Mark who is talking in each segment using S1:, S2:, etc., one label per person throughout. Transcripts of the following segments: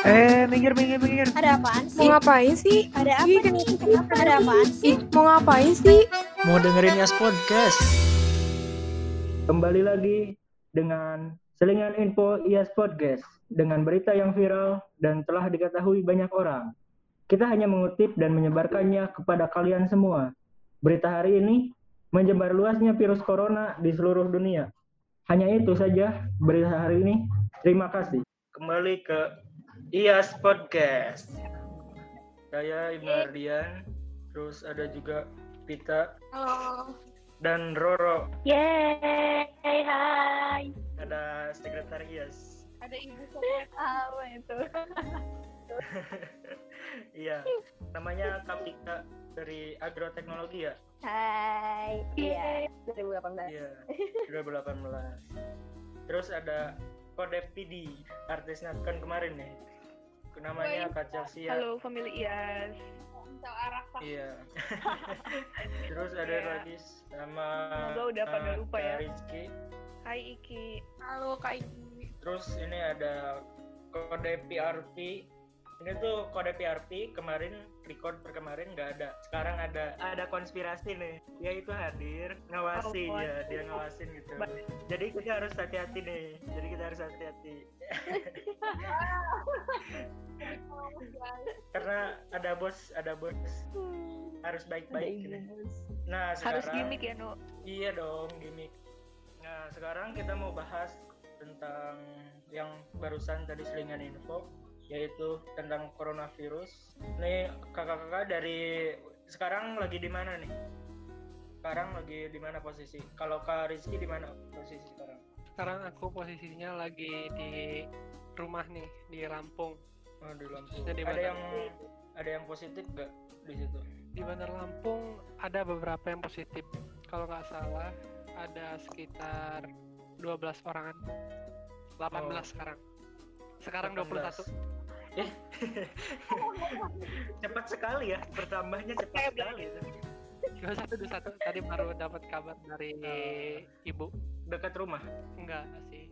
S1: Eh, minggir, minggir, minggir.
S2: Ada apaan sih?
S3: Mau ngapain sih?
S2: Ada apa
S3: Ih,
S2: nih? Kenapa ada apaan sih?
S3: Ih, mau ngapain sih?
S4: Mau dengerin Yas Podcast?
S5: Kembali lagi dengan Selingan Info IAS Podcast dengan berita yang viral dan telah diketahui banyak orang. Kita hanya mengutip dan menyebarkannya kepada kalian semua. Berita hari ini menyebar luasnya virus corona di seluruh dunia. Hanya itu saja berita hari ini. Terima kasih. Kembali ke IAS Podcast. Saya Ibnu Ardian, terus ada juga Pita
S2: Halo.
S5: dan Roro.
S2: Yeay, hai.
S5: Ada sekretaris.
S2: Ada ibu sobat apa itu?
S5: Iya, namanya Kapita dari Agroteknologi ya?
S2: Hai. Iya. 2018.
S5: Iya, 2018. Terus ada Kode PD, artis Natkan kemarin nih. Namanya Kak Chelsea ya?
S6: Halo family IAS.
S5: Iya. Terus ada
S6: Iya.
S5: lagi sama
S6: Semoga udah pada
S5: eh,
S6: lupa
S5: Kak
S6: ya.
S5: Rizky.
S6: Hai Iki.
S2: Halo Kak Ibu.
S5: Terus ini ada Kode PRP. Ini tuh kode PRP kemarin record per kemarin nggak ada. Sekarang ada ada konspirasi nih. Dia itu hadir ngawasin
S6: Oh,
S5: ya, dia ngawasin gitu.
S6: Baik.
S5: Jadi kita harus hati-hati nih. Jadi kita harus hati-hati. Karena ada bos, ada bos harus baik-baik.
S2: Iya.
S5: gitu. Nah
S6: Harus
S5: sekarang
S6: gimmick ya, Nu.
S5: Iya dong, gimmick. Nah, sekarang kita mau bahas tentang yang barusan tadi selingan info, yaitu tentang coronavirus. Nih, kakak-kakak dari sekarang lagi di mana nih? Sekarang lagi di mana posisi? Kalau Kak Rizky di mana posisi sekarang?
S7: sekarang aku posisinya lagi di rumah nih di Lampung
S5: Oh, di Lampung.
S7: Posisinya di
S5: Ada
S7: mana?
S5: yang ada yang positif nggak di situ?
S7: di Bandar Lampung ada beberapa yang positif kalau nggak salah ada sekitar 12 orangan 18
S5: Oh.
S7: sekarang sekarang 21
S5: 18. Eh. cepat sekali ya, bertambahnya cepat
S6: Kayak
S5: sekali.
S7: 21 21 tadi baru dapat kabar dari
S5: Eh.
S7: ibu
S5: Dekat rumah?
S7: enggak sih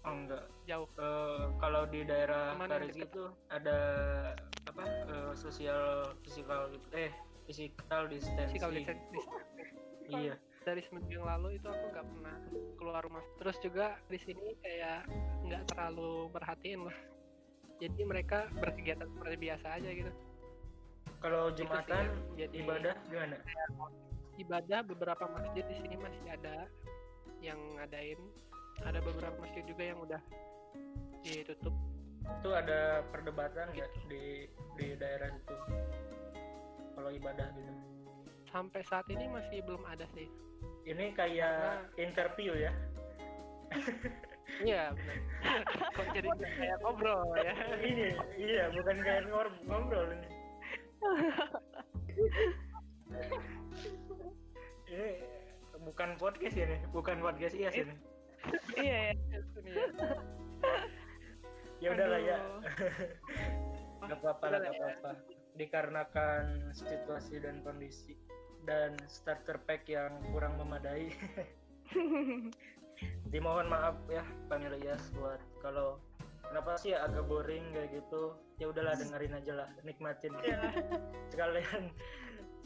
S5: Oh, enggak.
S7: jauh
S5: Eh, kalau di daerah
S7: Kemana
S5: Paris
S7: yang dekat?
S5: itu ada apa eh, sosial fisikal gitu eh physical distancing
S7: sih kalau di di-
S5: iya
S7: dari seminggu yang lalu itu aku nggak pernah keluar rumah terus juga di sini kayak nggak terlalu merhatiin lah jadi mereka berkegiatan seperti biasa aja gitu
S5: kalau
S7: Itu sih iya.
S5: jumatan
S7: yang jadi
S5: ibadah gimana
S7: ibadah beberapa masjid di sini masih ada yang ngadain ada beberapa masjid juga yang udah ditutup
S5: itu ada perdebatan nggak di di daerah itu kalau ibadah gitu
S7: sampai saat ini masih belum ada sih
S5: ini kayak interview ya
S7: iya benar kok jadi kayak ngobrol ya
S5: ini iya bukan kayak ngor- ngobrol ini ini bukan podcast ya nih bukan podcast iya sih nih.
S6: Iya ya.
S7: Itu nih ya.
S5: ya udahlah ya
S6: Aduh. ya.
S5: nggak apa-apa lah
S7: Udah
S5: nggak
S7: lah
S5: apa-apa dikarenakan situasi dan kondisi dan starter pack yang kurang memadai dimohon maaf ya familias buat kalau kenapa sih ya agak boring kayak gitu ya udahlah dengerin aja lah nikmatin
S6: Iya
S5: sekalian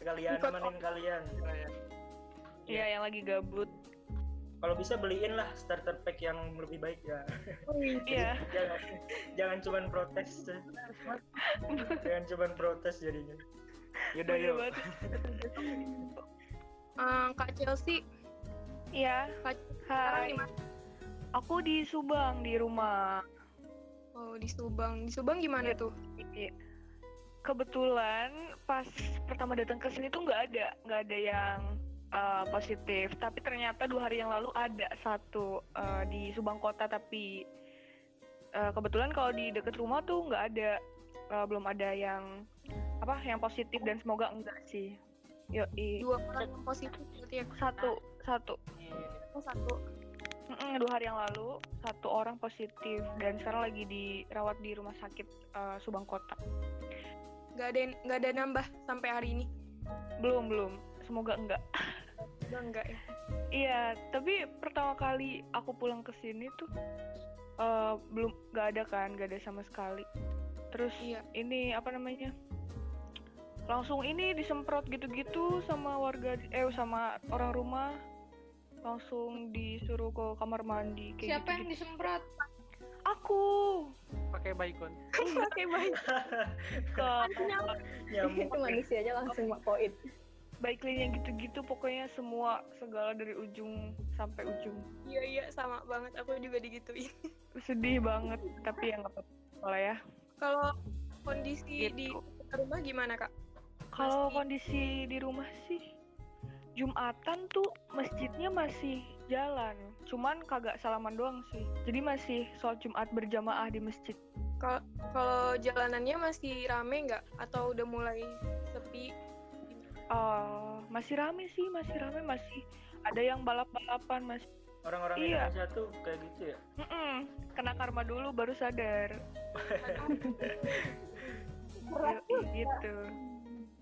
S5: sekalian
S6: Ikut
S5: temenin kalian
S6: Iya yang lagi gabut.
S5: kalau bisa beliin lah starter pack yang lebih baik ya
S6: Iya.
S5: jangan jangan cuman protes jangan cuman protes jadinya yaudah
S6: Bener
S5: yuk
S6: banget.
S3: Eh, Kak Chelsea,
S6: Iya.
S3: Kak- sekarang
S6: Hai.
S3: di mana?
S6: Aku di Subang di rumah.
S3: Oh, di Subang. Di Subang gimana tuh?
S6: Iya. Kebetulan pas pertama datang ke sini tuh nggak ada, nggak ada yang uh, positif. Tapi ternyata dua hari yang lalu ada satu uh, di Subang Kota. Tapi uh, kebetulan kalau di deket rumah tuh nggak ada, uh, belum ada yang apa yang positif dan semoga enggak sih. Yo
S3: Dua orang yang positif berarti ya?
S6: satu satu
S3: Oh, satu.
S6: Mm-mm, dua hari yang lalu satu orang positif dan sekarang lagi dirawat di rumah sakit uh, Subang Kota.
S3: Nggak ada, nggak ada nambah sampai hari ini?
S6: Belum belum, semoga enggak.
S3: Enggak, enggak ya?
S6: Iya, tapi pertama kali aku pulang ke sini tuh eh, belum nggak ada kan nggak ada sama sekali terus
S3: Iya.
S6: ini apa namanya langsung ini disemprot gitu-gitu sama warga eh sama orang rumah langsung disuruh ke kamar mandi kayak
S3: Siapa yang
S6: gitu-gitu.
S3: disemprot?
S6: aku
S7: pakai baikon
S6: pakai baik ke
S8: itu manusianya langsung makoid
S6: baiklin yang gitu-gitu pokoknya semua segala dari ujung sampai ujung
S3: Iya iya sama banget aku juga digituin.
S6: sedih banget tapi ya nggak apa-apa lah ya
S3: Kalau kondisi di
S6: Gitu.
S3: rumah gimana kak?
S6: Kalau
S3: Masjid.
S6: kondisi di rumah sih Jumatan tuh masjidnya masih jalan, cuman kagak salaman doang sih. Jadi masih sholat Jumat berjamaah di masjid.
S3: Kalau jalanannya masih rame nggak? Atau udah mulai sepi?
S6: Eh, masih rame sih, masih rame masih ada yang balap-balapan masih.
S5: Orang-orang
S6: Iya.
S5: Indonesia tuh kayak gitu ya.
S6: Mm-mm, kena karma dulu baru sadar. Yoi, gitu.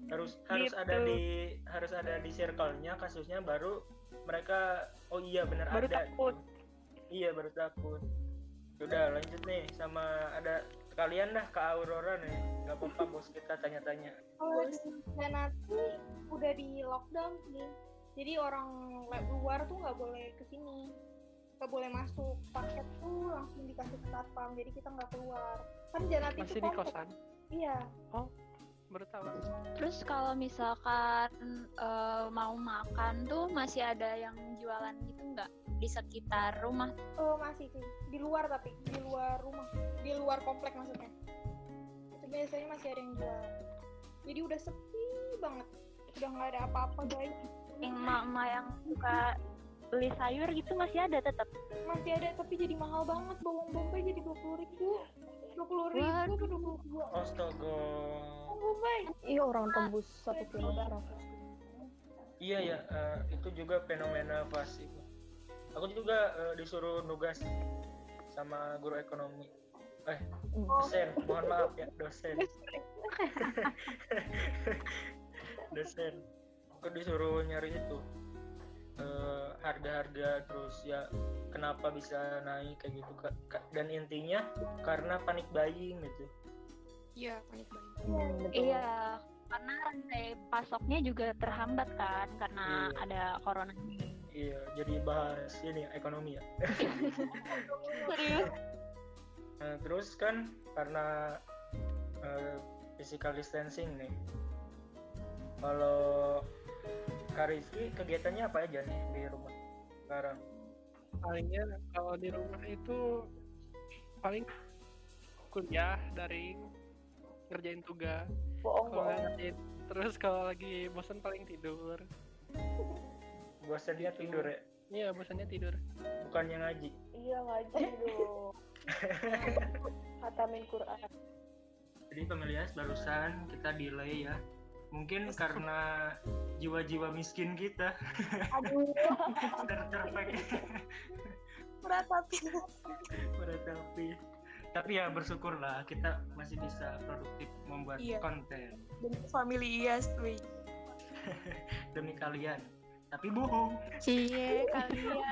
S5: Harus harus ada
S6: Gitu.
S5: di harus ada di circle-nya kasusnya baru mereka oh iya benar
S6: Baru
S5: ada.
S6: takut.
S5: Iya baru takut. Udah lanjut nih sama ada kalian dah ke Aurora nih. Gak apa-apa bos kita tanya-tanya.
S3: Oh,
S8: kalau
S2: Iya,
S8: di Cincinnati udah di lockdown sih jadi orang le- luar tuh nggak boleh ke sini nggak boleh masuk paket tuh langsung dikasih ke satpam jadi kita nggak keluar kan Cincinnati
S7: masih
S8: tuh
S7: di
S8: komplek.
S7: kosan
S8: iya
S7: baru tahu
S9: Terus kalau misalkan eh, mau makan tuh masih ada yang jualan gitu nggak di sekitar rumah?
S8: Oh masih sih di luar tapi di luar rumah di luar komplek maksudnya itu biasanya masih ada yang jual jadi udah sepi banget udah nggak ada apa-apa guys
S9: Yang emak-emak yang suka beli sayur gitu masih ada tetap.
S8: masih ada tapi jadi mahal banget bawang bombay jadi dua puluh ribu dua puluh ribu
S9: Waduh.
S8: ke dua puluh dua
S5: Astaga.
S8: bawang bombay
S2: Iya orang tembus satu kilo darah.
S5: Iya ya, eh, itu juga fenomena pas itu. Aku juga eh, disuruh nugas sama guru ekonomi. Eh, dosen, mohon maaf ya, dosen. dosen. Aku disuruh nyari itu. eh, harga-harga terus ya kenapa bisa naik kayak gitu Kak. Ka- dan intinya karena panik buying gitu
S3: Iya panik banget.
S2: Hmm, betul.
S9: Iya, karena rantai pasoknya juga terhambat kan karena
S5: Iya.
S9: ada corona.
S5: iya jadi bahas ini ekonomi ya
S9: Serius?
S5: Nah, terus kan karena eh, physical distancing nih. Kalau Kak Rizky kegiatannya apa aja nih di rumah sekarang?
S7: palingnya ya, kalau di rumah itu paling kuliah daring ngerjain tugas
S2: Bohong,
S7: kalau nggak
S2: bohong.
S7: ngerjain terus kalau lagi bosen paling tidur
S5: Bosan dia tidur ya,
S7: iya bosannya tidur
S5: bukannya ngaji.
S2: Iya ngaji dong. Khatamin Quran.
S5: Jadi pemilihan barusan kita delay ya. Mungkin karena jiwa-jiwa miskin kita
S8: aduh
S5: ter terpek
S8: meratapi
S5: meratapi. Tapi ya bersyukurlah kita masih bisa produktif membuat
S3: Iya.
S5: konten.
S3: Dan family yes, wih.
S5: demi kalian tapi bohong
S9: Cie kalian.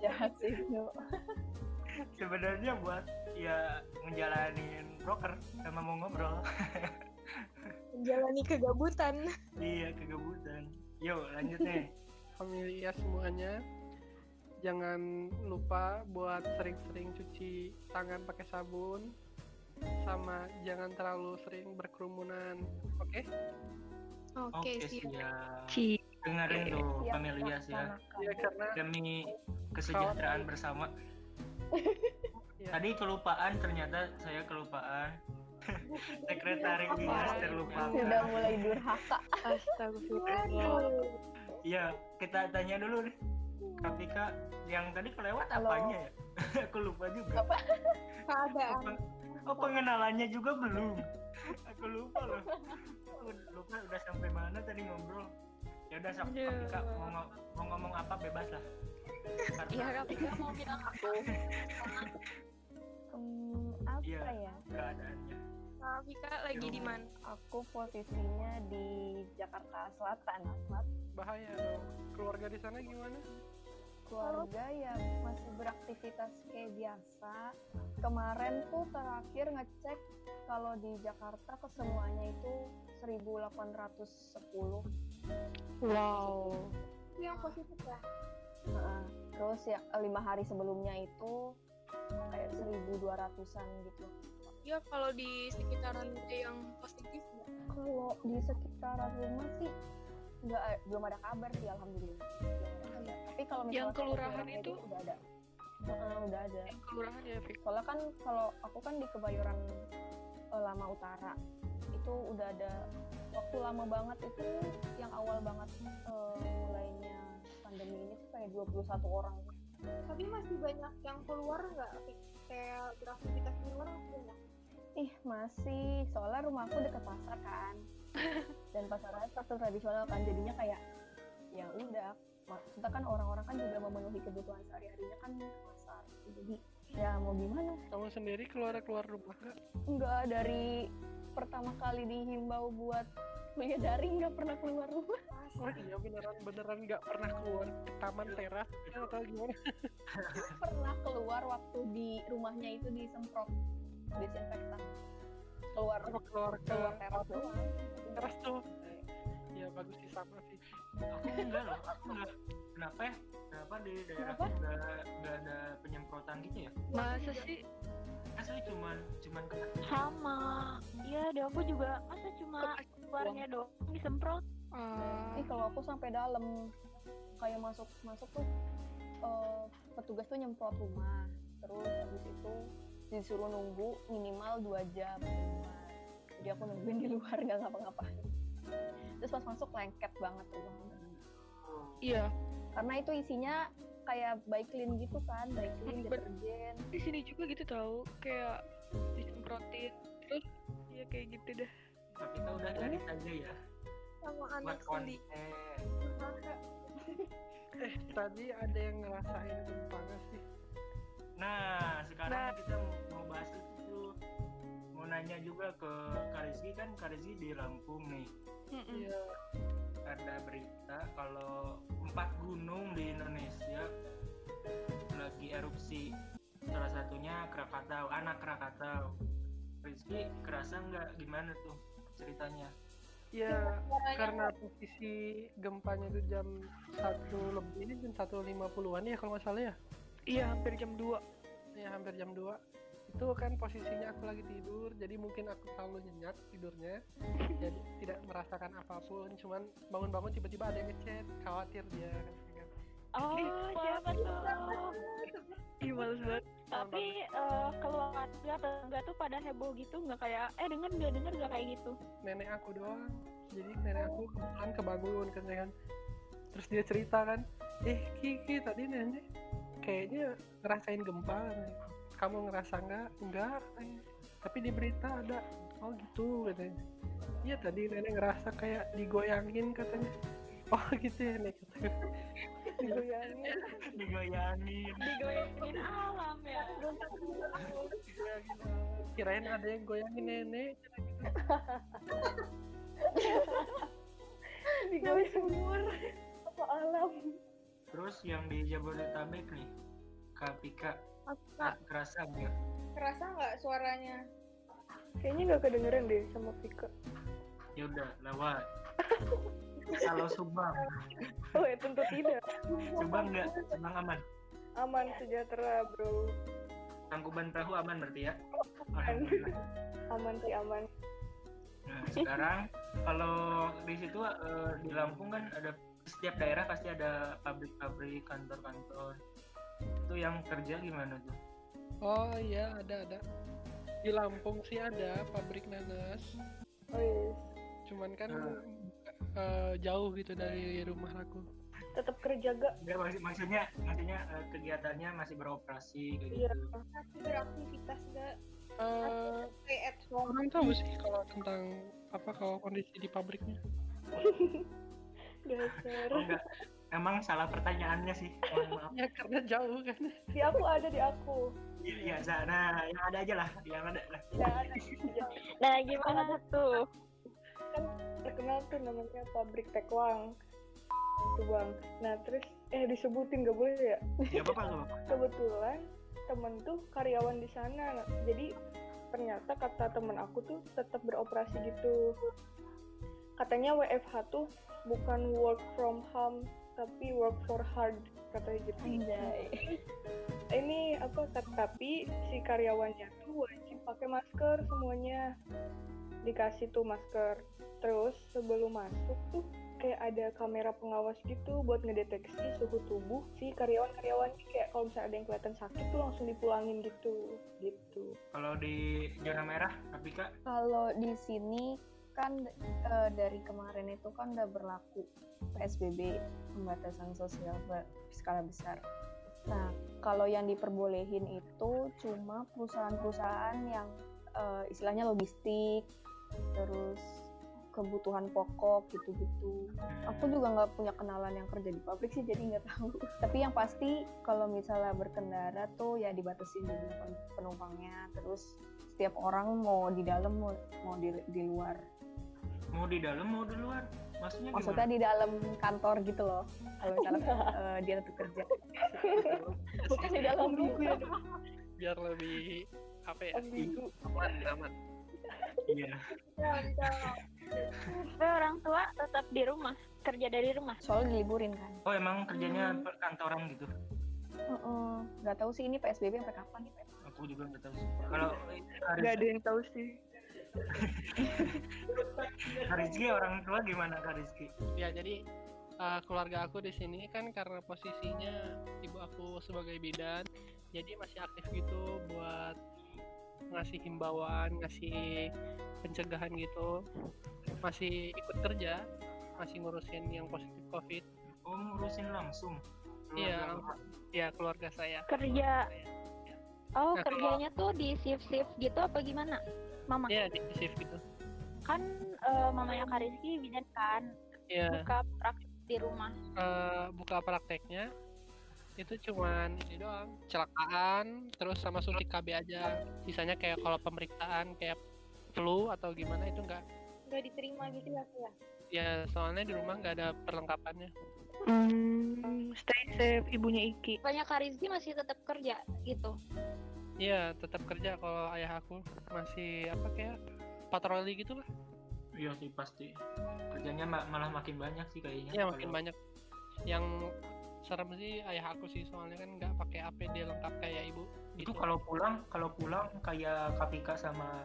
S2: Jahat sih. Jo.
S5: sebenarnya buat ya ngejalanin broker sama mau ngobrol
S3: Menjalani kegabutan.
S5: iya kegebutan yuk lanjut nih
S7: familia semuanya jangan lupa buat sering-sering cuci tangan pakai sabun sama jangan terlalu sering berkerumunan oke
S5: oke
S3: Oke sih.
S5: siap
S9: Cie.
S5: dengerin tuh
S2: Siap,
S5: familias ya
S2: laksanakan.
S7: ya karena
S5: demi kesejahteraan bersama
S7: Iya.
S5: tadi kelupaan ternyata saya kelupaan
S2: Iya,
S5: sekretaris dinas
S2: Sudah
S5: terlupakan
S2: mulai durhaka.
S6: Astagfirullah.
S5: iya kita tanya dulu nih Kapika yang tadi kelewat
S2: Halo.
S5: apanya ya aku lupa juga
S8: keadaan
S5: Peng- Oh pengenalannya juga belum. Aku lupa loh. Aku Lupa udah sampai mana tadi ngobrol. Ya udah sok
S3: Aduh.
S5: Kak mau, ngo- mau ngomong apa bebas lah. Karena-
S9: Iya, tapi nggak mau bilang aku.
S2: Hmm, apa
S5: Iya.
S2: ya?
S5: keadaannya.
S3: Kak Vika lagi di mana?
S2: Aku posisinya di Jakarta Selatan.
S7: bahaya dong keluarga di sana gimana
S2: keluarga ya masih beraktivitas kayak biasa. Kemarin tuh terakhir ngecek kalau di Jakarta kesemuanya itu 1810
S3: Wow.
S10: Itu yang positif lah.
S2: Iya, Heeh. terus ya lima hari sebelumnya itu kayak 1200-an gitu
S3: Ya kalau di sekitaran itu yang positif nggak?
S2: kalau di sekitaran rumah sih nggak belum ada kabar sih alhamdulillah Belum ada kabar. tapi kalau misalnya
S6: Iya. Yang kelurahan
S2: kayak
S6: itu?
S2: gitu udah ada Heeh, udah ada
S6: Yang kelurahan ya Fik.
S2: soalnya kan kalau aku kan di kebayoran eh, lama utara itu udah ada waktu lama banget itu yang awal banget eh, mulainya pandemi ini tuh kayak 21 orang
S10: Tapi masih banyak yang keluar nggak? Fik? Kayak beraktivitas di luar masih banyak.
S2: Ih masih, soalnya rumahku deket pasar kan Dan pasarnya pasar tradisional kan, jadinya kayak ya udah ma- kita kan orang-orang kan juga memenuhi kebutuhan sehari-harinya kan ke pasar jadi ya mau gimana
S7: Kamu sendiri keluar keluar rumah nggak?
S2: enggak dari pertama kali dihimbau buat kuliah daring nggak pernah keluar rumah
S7: Oh iya beneran beneran nggak pernah keluar ke taman
S2: Iya.
S7: teras atau gimana?
S2: pernah keluar waktu di rumahnya itu disemprot disinfektan keluar
S7: Aku keluar ke
S2: keluar teras Iya. doang
S7: teras tuh. Ya bagus sih sama sih.
S5: aku enggak loh aku enggak kenapa ya kenapa di daerah
S2: Kenapa?
S5: enggak enggak ada penyemprotan gitu ya
S6: Masa sih
S5: asli cuman cuman kena
S9: sama iya deh aku juga masa cuma keluarnya doang disemprot
S2: Ih kalau aku sampai dalam kayak masuk masuk tuh eh, petugas tuh nyemprot rumah terus habis itu disuruh nunggu minimal dua jam di luar. jadi aku nungguin di luar nggak ngapa-ngapain terus pas masuk lengket banget rumah
S6: Iya.
S2: karena itu isinya kayak by clean gitu kan by clean
S6: Hmm, bet-
S2: deterjen
S6: Di sini juga gitu tahu kayak disemprotin terus ya kayak gitu dah.
S5: tapi kita udah dari aja ya
S10: Sama
S5: buat
S10: anak
S5: konten
S10: sendiri. Masa
S7: Tadi ada yang ngerasain gempanya sih.
S2: Hmm.
S5: nah
S6: Nah.
S5: sekarang kita mau- mau bahas itu mau nanya juga ke Karizki kan Karizki di Lampung nih
S6: Mm-mm.
S7: Iya.
S5: ada berita kalau empat gunung di Indonesia lagi erupsi salah satunya Krakatau anak Krakatau Rizky kerasa nggak gimana tuh ceritanya
S7: Iya.
S10: suaranya
S7: Karena posisi gempanya itu jam satu lebih ini jam satu lima an ya kalau nggak salah ya.
S6: Iya hampir jam 2
S7: ya hampir jam 2 itu kan posisinya aku lagi tidur jadi mungkin aku terlalu nyenyak tidurnya jadi tidak merasakan apapun cuman bangun-bangun tiba-tiba ada yang ngechat khawatir dia kan
S9: oh
S6: Ih,
S9: siapa tuh
S6: Ih males banget
S9: tapi eh, keluarga tetangga tuh pada heboh gitu nggak kayak eh denger nggak denger nggak kayak gitu
S7: nenek aku doang jadi nenek aku kebetulan kebangun kan ya kan terus dia cerita kan eh Kiki tadi nenek kayaknya ngerasain gempa katanya. kamu ngerasa nggak enggak katanya. tapi di berita ada oh gitu katanya iya tadi nenek ngerasa kayak digoyangin katanya oh gitu ya nek katanya digoyangin
S5: digoyangin
S9: digoyangin alam ya
S7: digoyangin. kirain ada yang goyangin nenek
S2: digoyang sumur apa alam
S5: terus yang di Jabodetabek nih Kak Pika
S10: Kak.
S5: nggak kerasa nggak
S10: Kerasa nggak suaranya?
S3: Kayaknya nggak kedengeran deh sama Vika.
S5: ya udah lewat kalau Subang
S3: Oh ya tentu tidak.
S5: Subang nggak Subang aman
S3: Aman sejahtera bro.
S5: tangkuban perahu aman berarti ya Alhamdulillah.
S3: Aman sih aman.
S5: Nah, sekarang kalau di situ eh, di Lampung kan ada setiap daerah pasti ada pabrik-pabrik, kantor-kantor. Itu yang kerja gimana tuh?
S7: oh iya ada ada di Lampung sih ada pabrik nanas
S3: Oh iya.
S7: cuman kan
S5: Ah.
S7: eh, jauh gitu dari rumah aku
S3: Tetap kerja gak?
S5: Enggak, maksud- maksudnya maksudnya eh, kegiatannya masih beroperasi kayak
S3: Iya.
S5: gitu.
S10: Masih beraktivitas nggak?
S7: Eh,
S10: Stay at home.
S7: orang tahu sih kalau tentang apa kalau kondisi di pabriknya
S3: Dasar.
S5: Oh, enggak. Emang salah pertanyaannya sih. Mohon maaf.
S7: ya karena jauh kan
S3: Di aku ada di aku.
S5: Iya, iya, Za. nah yang ada aja lah, yang ada lah.
S3: Nah,
S9: nah gimana tuh
S3: terkenal tuh namanya pabrik tekwang.
S11: gitu bang nah terus eh disebutin gak boleh ya
S5: Gak apa-apa, gak apa-apa.
S11: kebetulan temen tuh karyawan di sana jadi ternyata kata temen aku tuh tetap beroperasi gitu katanya WFH tuh bukan work from home tapi work for hard katanya gitu ini apa tet- tapi si karyawannya tuh wajib pakai masker semuanya dikasih tuh masker terus sebelum masuk tuh kayak ada kamera pengawas gitu buat ngedeteksi suhu tubuh si karyawan-karyawan kayak kalau misalnya ada yang kelihatan sakit tuh langsung dipulangin gitu gitu
S5: Kalau di zona merah, tapi kak,
S2: Kalau di sini kan eh, dari kemarin itu kan udah berlaku PSBB pembatasan sosial ber- skala besar. Nah, kalau yang diperbolehin itu cuma perusahaan-perusahaan yang eh, istilahnya logistik, terus kebutuhan pokok gitu-gitu. Aku juga nggak punya kenalan yang kerja di pabrik sih, jadi nggak tahu. Tapi yang pasti kalau misalnya berkendara tuh ya dibatasi jumlah pen- penumpangnya, terus setiap orang mau di dalam mau, mau di, di luar.
S5: mau di dalam mau di luar, maksudnya
S2: Maksudnya
S5: gimana?
S2: di dalam kantor gitu loh. Kalau misalnya eh, dia tuh kerja. Bukan di dalam minggu ya.
S7: biar lebih apa ya
S11: Ambigu.
S7: aman aman
S5: Iya.
S9: Tapi orang tua tetap di rumah, kerja dari rumah.
S2: Soalnya diliburin kan.
S5: Oh emang kerjanya
S7: Hmm.
S5: perkantoran gitu?
S2: Heeh. Nggak tahu sih ini PSBB sampai kapan nih. Pak.
S5: Aku juga nggak tahu. sih. Kalau
S6: Gak
S5: Karis-
S6: ada yang tahu sih.
S5: Karizki orang tua gimana Karizki?
S7: ya jadi uh, keluarga aku di sini kan karena posisinya ibu aku sebagai bidan jadi masih aktif gitu buat ngasih himbauan ngasih pencegahan gitu masih ikut kerja masih ngurusin yang positif covid
S5: Oh ngurusin langsung.
S7: Iya,
S5: Keluarga
S7: langsung. ya keluarga saya
S9: Kerja. Oh,
S7: Nah, kalau-
S9: kerjanya tuh di shift-shift gitu apa gimana? Mama,
S7: ya di shift gitu
S9: kan eh, mamanya Kariski bidan kan
S7: ya
S9: buka praktik di rumah.
S7: eh, buka prakteknya itu cuman ini doang celakaan terus sama suntik KB aja sisanya kayak kalau pemeriksaan kayak flu atau gimana itu enggak
S10: nggak diterima gitu ya ya
S7: ya soalnya di rumah nggak ada perlengkapannya
S6: Hmm, stay safe ibunya Iki.
S9: Banyak Kariski masih tetap kerja gitu.
S7: iya tetap kerja kalau ayah aku masih apa kayak patroli gitu lah
S5: Iya sih pasti. Kerjanya ma- malah makin banyak sih kayaknya.
S7: ya makin
S5: Kalau-
S7: banyak yang serem sih ayah aku sih soalnya kan nggak pakai APD lengkap kayak ibu Gitu.
S5: Itu kalau pulang, kalau pulang kayak Kapika sama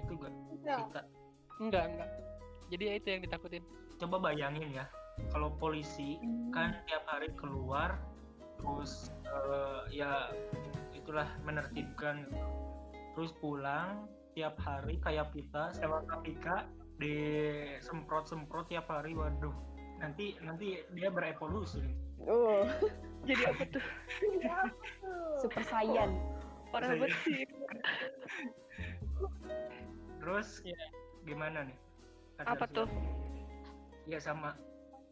S5: itu gak?
S7: Iya.
S5: Kita
S7: enggak enggak jadi ya itu yang ditakutin
S5: coba bayangin ya, kalau polisi
S6: Hmm.
S5: kan tiap hari keluar terus eh, ya itulah menertibkan gitu. terus pulang tiap hari kayak kita sama Kapika disemprot semprot tiap hari waduh nanti nanti dia berevolusi
S2: Oh,
S6: Jadi apa tuh?
S2: super saiyan.
S6: Orang
S5: Saya-
S6: besi.
S5: terus gimana nih Ada
S6: Iya. Apa
S5: suara?
S6: tuh?
S5: ya sama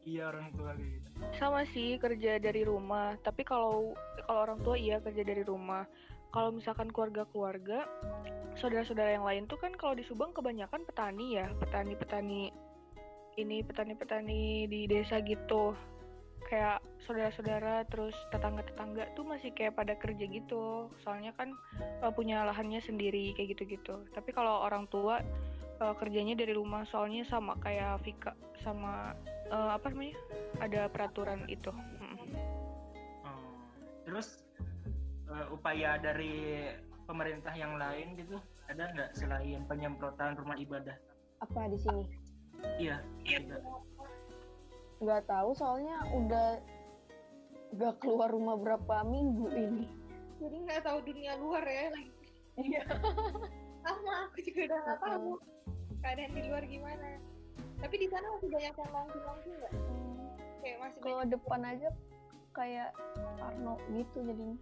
S5: iya orang tua kayak gitu
S6: Sama sih kerja dari rumah. Tapi kalau kalau orang tua iya kerja dari rumah. Kalau misalkan keluarga-keluarga, saudara-saudara yang lain tuh kan kalau di Subang kebanyakan petani ya, petani-petani ini petani-petani di desa gitu. Kayak saudara-saudara terus tetangga-tetangga tuh masih kayak pada kerja gitu. Soalnya kan eh, punya lahannya sendiri kayak gitu-gitu. Tapi kalau orang tua eh, kerjanya dari rumah soalnya sama kayak Vika sama eh, apa namanya? ada peraturan itu. Mm.
S5: Hmm. terus eh, upaya dari pemerintah yang lain gitu ada nggak selain penyemprotan rumah ibadah
S2: Apa di sini?
S5: iya ada.
S2: Nggak tahu soalnya udah nggak keluar rumah berapa minggu ini.
S10: jadi nggak tahu dunia luar ya lagi
S2: Iya.
S10: sama aku juga udah nggak tahu keadaan di luar gimana tapi di sana masih banyak yang langsung langsung nggak kayak masih
S2: Kalau depan aja kayak Parno gitu jadinya.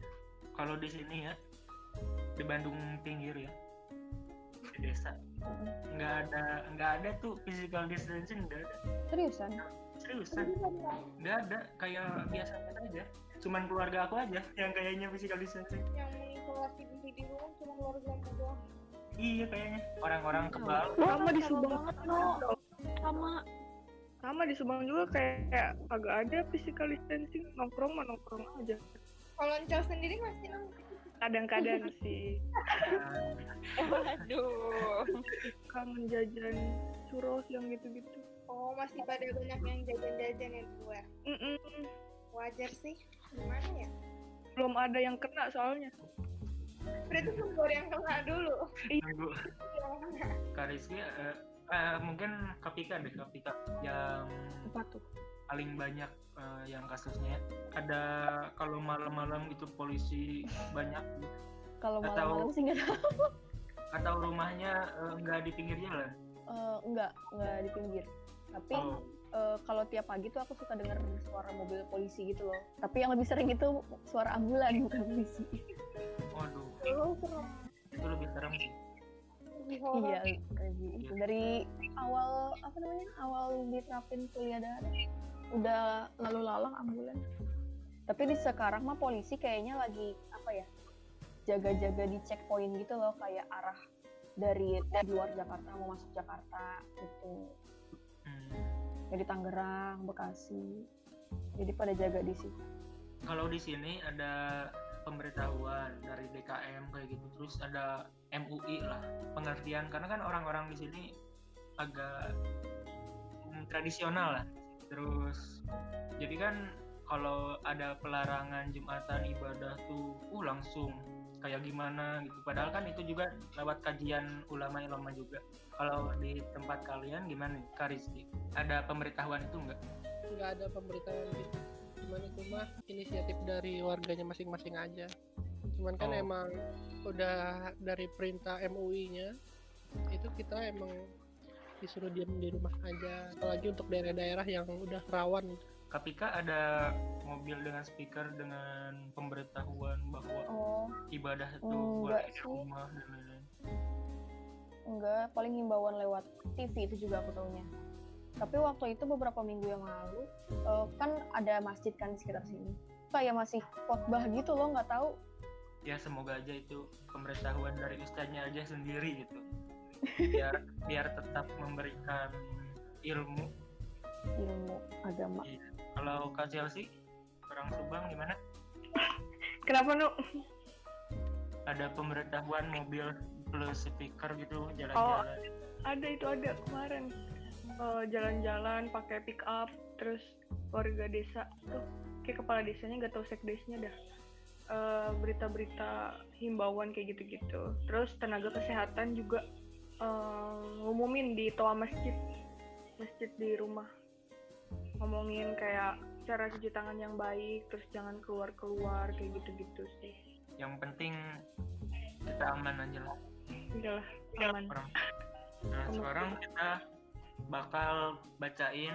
S5: kalau di sini ya di Bandung pinggir ya di desa nggak ada nggak ada tuh physical distancing nggak ada
S2: Seriusan?
S5: seriusan nggak ada kayak biasanya aja cuman keluarga aku aja yang kayaknya physical distancing
S10: banyak yang mengisolasi diri di rumah cuma keluarga aku doang
S5: iya kayaknya orang-orang kebal
S6: Sama di
S9: Sama
S6: Subang.
S9: banget no. Sama
S6: sama di Subang juga kayak agak ada physical distancing nongkrong mah nongkrong aja
S8: Kalau Encel sendiri masih nongkrong.
S6: kadang-kadang sih
S5: kan.
S9: Waduh.
S6: kangen jajan churros yang gitu-gitu
S8: Oh, masih pada banyak yang jajan-jajan ya di luar.
S6: Mm-mm.
S8: Wajar sih. Gimana ya?
S6: belum ada yang kena soalnya
S8: Berarti belum goreng kena dulu.
S5: Nunggu. Kak Rizky, eh, eh, mungkin Kapika deh, Kapika yang
S6: apa tuh
S5: paling banyak eh, yang kasusnya ada kalau malam-malam gitu polisi banyak
S2: Kalau
S5: Atau-
S2: malam-malam sih nggak ada.
S5: atau rumahnya eh, nggak di pinggir jalan.
S2: Eh, nggak nggak di pinggir. Tapi
S5: Oh,
S2: eh, kalau tiap pagi tuh aku suka denger suara mobil polisi gitu loh. Tapi yang lebih sering itu suara ambulan bukan polisi.
S5: waduh,
S8: Lu serem.
S5: itu lebih serem sih.
S8: Lebih horor.
S2: Iya, lebih- dari awal apa namanya awal diterapin kuliah daring udah lalu lalang ambulan. Tapi di sekarang mah polisi kayaknya lagi apa ya jaga-jaga di checkpoint gitu loh kayak arah dari luar Jakarta mau masuk Jakarta gitu.
S5: Hmm.
S2: Jadi Tangerang, Bekasi. Jadi pada jaga di situ.
S5: Kalau di sini ada pemberitahuan dari DKM kayak gitu, terus ada MUI lah pengertian karena kan orang-orang di sini agak mm, tradisional lah. Terus jadi kan kalau ada pelarangan jumatan ibadah tuh uh langsung kayak gimana gitu. Padahal kan itu juga lewat kajian ulama-ulama juga. Kalau di tempat kalian gimana nih, Kak Rizky? Ada pemberitahuan itu enggak?
S7: nggak ada pemberitahuan gitu cuman itu mah inisiatif dari warganya masing-masing aja cuman kan
S5: Oh.
S7: emang udah dari perintah MUI nya itu kita emang disuruh diam di rumah aja apalagi untuk daerah-daerah yang udah rawan
S5: Ketika ada mobil dengan speaker dengan pemberitahuan bahwa
S2: Oh,
S5: ibadah itu
S2: enggak
S5: boleh di
S2: sih.
S5: rumah dan lain-lain.
S2: Enggak, paling himbauan lewat TV itu juga aku taunya. Tapi waktu itu beberapa minggu yang lalu eh, kan ada masjid kan di sekitar sini. Kayak masih khotbah gitu loh, nggak tahu.
S5: Ya semoga aja itu pemberitahuan dari ustaznya aja sendiri gitu. Biar biar tetap memberikan ilmu.
S2: ilmu agama.
S5: Kalau Kak Chelsea orang Subang gimana?
S6: kenapa nu
S5: Ada pemberitahuan mobil plus speaker gitu
S6: Oh,
S5: jalan-jalan.
S6: ada itu ada kemarin Eh, jalan-jalan pakai pick up terus warga desa tuh kayak kepala desanya nggak tahu sekdesnya dah Eh, berita-berita himbauan kayak gitu-gitu terus tenaga kesehatan juga eh, ngumumin di toa masjid masjid di rumah ngomongin kayak cara cuci tangan yang baik terus jangan keluar-keluar kayak gitu-gitu sih
S5: Yang penting kita aman aja lah.
S6: udahlah aman
S5: Orang. Nah, sekarang kita bakal bacain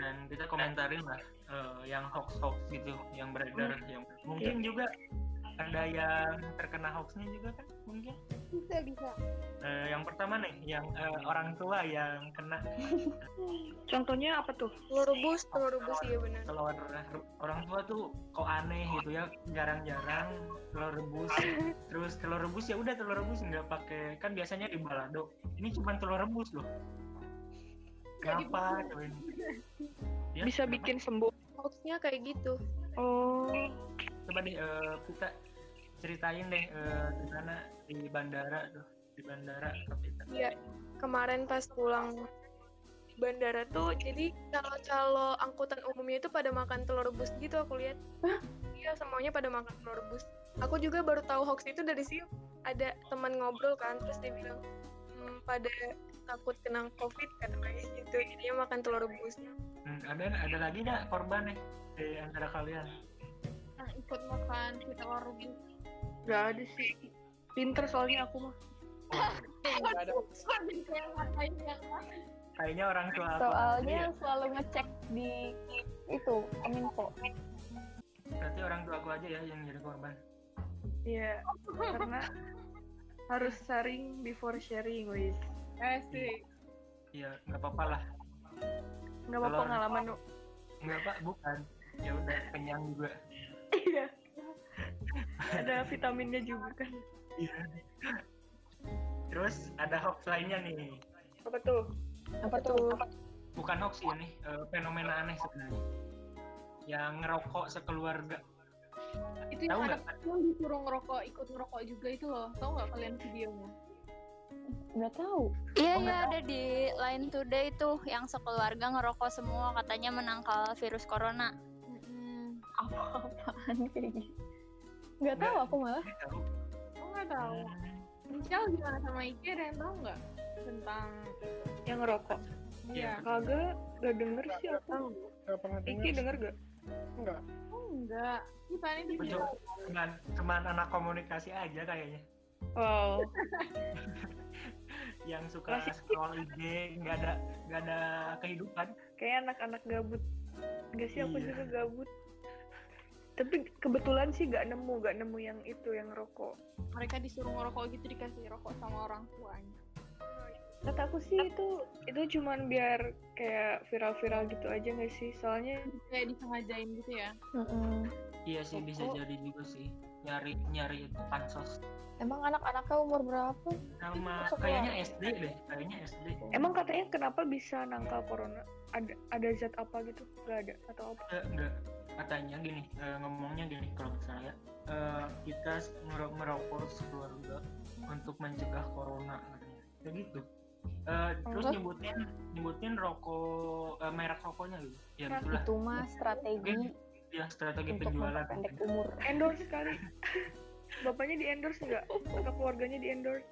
S5: dan kita komentarin lah eh, yang hoax-hoax gitu yang beredar
S8: Hmm.
S5: yang
S8: Iya.
S5: mungkin juga ada yang terkena hoaxnya juga kan mungkin
S8: Bisa, bisa.
S5: Eh, yang pertama nih yang eh, orang tua yang kena
S6: contohnya apa tuh
S3: telur rebus telur rebus iya benar
S5: kalau orang, orang tua tuh kok aneh gitu ya jarang-jarang telur rebus terus telur rebus ya udah telur rebus nggak pakai kan biasanya di balado ini cuma telur rebus loh kenapa coba ini? Ya,
S12: Bisa
S5: kenapa?
S12: bikin sembuh.
S3: hoaxnya kayak gitu
S6: oh
S5: coba deh eh, kita ceritain deh eh, gimana di bandara tuh di bandara kita
S3: Iya, kemarin pas pulang bandara tuh jadi calo-calo angkutan umumnya itu pada makan telur rebus gitu aku lihat. Iya, semuanya pada makan telur rebus. Aku juga baru tahu hoax itu dari sini ada teman ngobrol kan terus dia bilang "Hmm, pada takut kena covid katanya gitu jadinya makan telur rebus
S5: Hmm, ada ada lagi nggak korban nih di antara kalian
S9: Nah, ikut makan kita warung gitu.
S6: nggak ada sih pinter soalnya aku mah
S7: Nggak ada
S5: kayaknya orang tua aku
S2: Soalnya
S5: aja ya.
S2: selalu ngecek di itu Kominfo.
S5: berarti orang tua aku aja ya yang jadi korban
S6: Iya, karena harus sharing before sharing, wis.
S7: eh sih
S5: iya nggak apa-apa lah
S6: Nggak apa
S5: Kalau-
S6: pengalaman, Nu.
S5: Enggak pak, bukan. Ya udah kenyang juga.
S6: Iya. Ada vitaminnya juga kan.
S5: Terus ada hoax lainnya nih.
S6: Apa tuh?
S2: Apa tuh?
S5: bukan hoax ini eh, fenomena aneh sebenarnya yang ngerokok sekeluarga
S8: itu yang
S5: Tahu
S8: anak
S5: nggak?
S8: kecil disuruh ngerokok ikut ngerokok juga itu loh tau nggak kalian videonya
S2: nggak tahu
S9: Iya
S8: Oh,
S9: iya
S8: nggak
S9: ada di Line Today tuh yang sekeluarga ngerokok semua katanya menangkal virus corona.
S2: apa-apaan kayak gitu nggak tahu aku malah
S8: aku nggak tahu Michelle gimana sama Iki ada yang tahu nggak tentang
S11: yang ngerokok
S8: Iya.
S11: kagak gak denger sih aku
S7: Gak pernah
S11: Iki denger gak
S7: Enggak.
S8: oh, enggak kita ini
S5: Betul. cuman cuman anak komunikasi aja kayaknya
S11: wow
S5: yang suka scroll IG nggak ada nggak ada kehidupan
S11: kayak anak-anak gabut gak sih aku
S5: Iya.
S11: juga gabut tapi kebetulan sih gak nemu gak nemu yang itu yang rokok
S8: mereka disuruh ngerokok gitu dikasih rokok sama orang tuanya
S11: kata aku sih itu itu cuman biar kayak viral-viral gitu aja gak sih soalnya
S8: kayak disengajain gitu ya
S5: iya sih bisa jadi juga sih nyari nyari itu pansos
S2: emang anak-anaknya umur berapa
S5: sama
S2: Sekolah.
S5: kayaknya SD deh kayaknya SD
S2: gitu?
S11: emang katanya kenapa bisa nangkal corona ada ada zat apa gitu gak ada atau apa
S5: enggak, Eh, enggak. katanya gini eh, ngomongnya gini kalau menurut saya eh, kita s- ngero- ngerokok sekeluarga untuk mencegah corona katanya ya gitu Eh, terus
S2: Oh, Terus?
S5: nyebutin nyebutin rokok eh, merek rokoknya gitu ya gitulah
S2: itu mah strategi
S5: ya strategi
S2: untuk
S5: penjualan
S2: memperpendek umur
S11: endorse kali bapaknya di endorse nggak atau keluarganya di endorse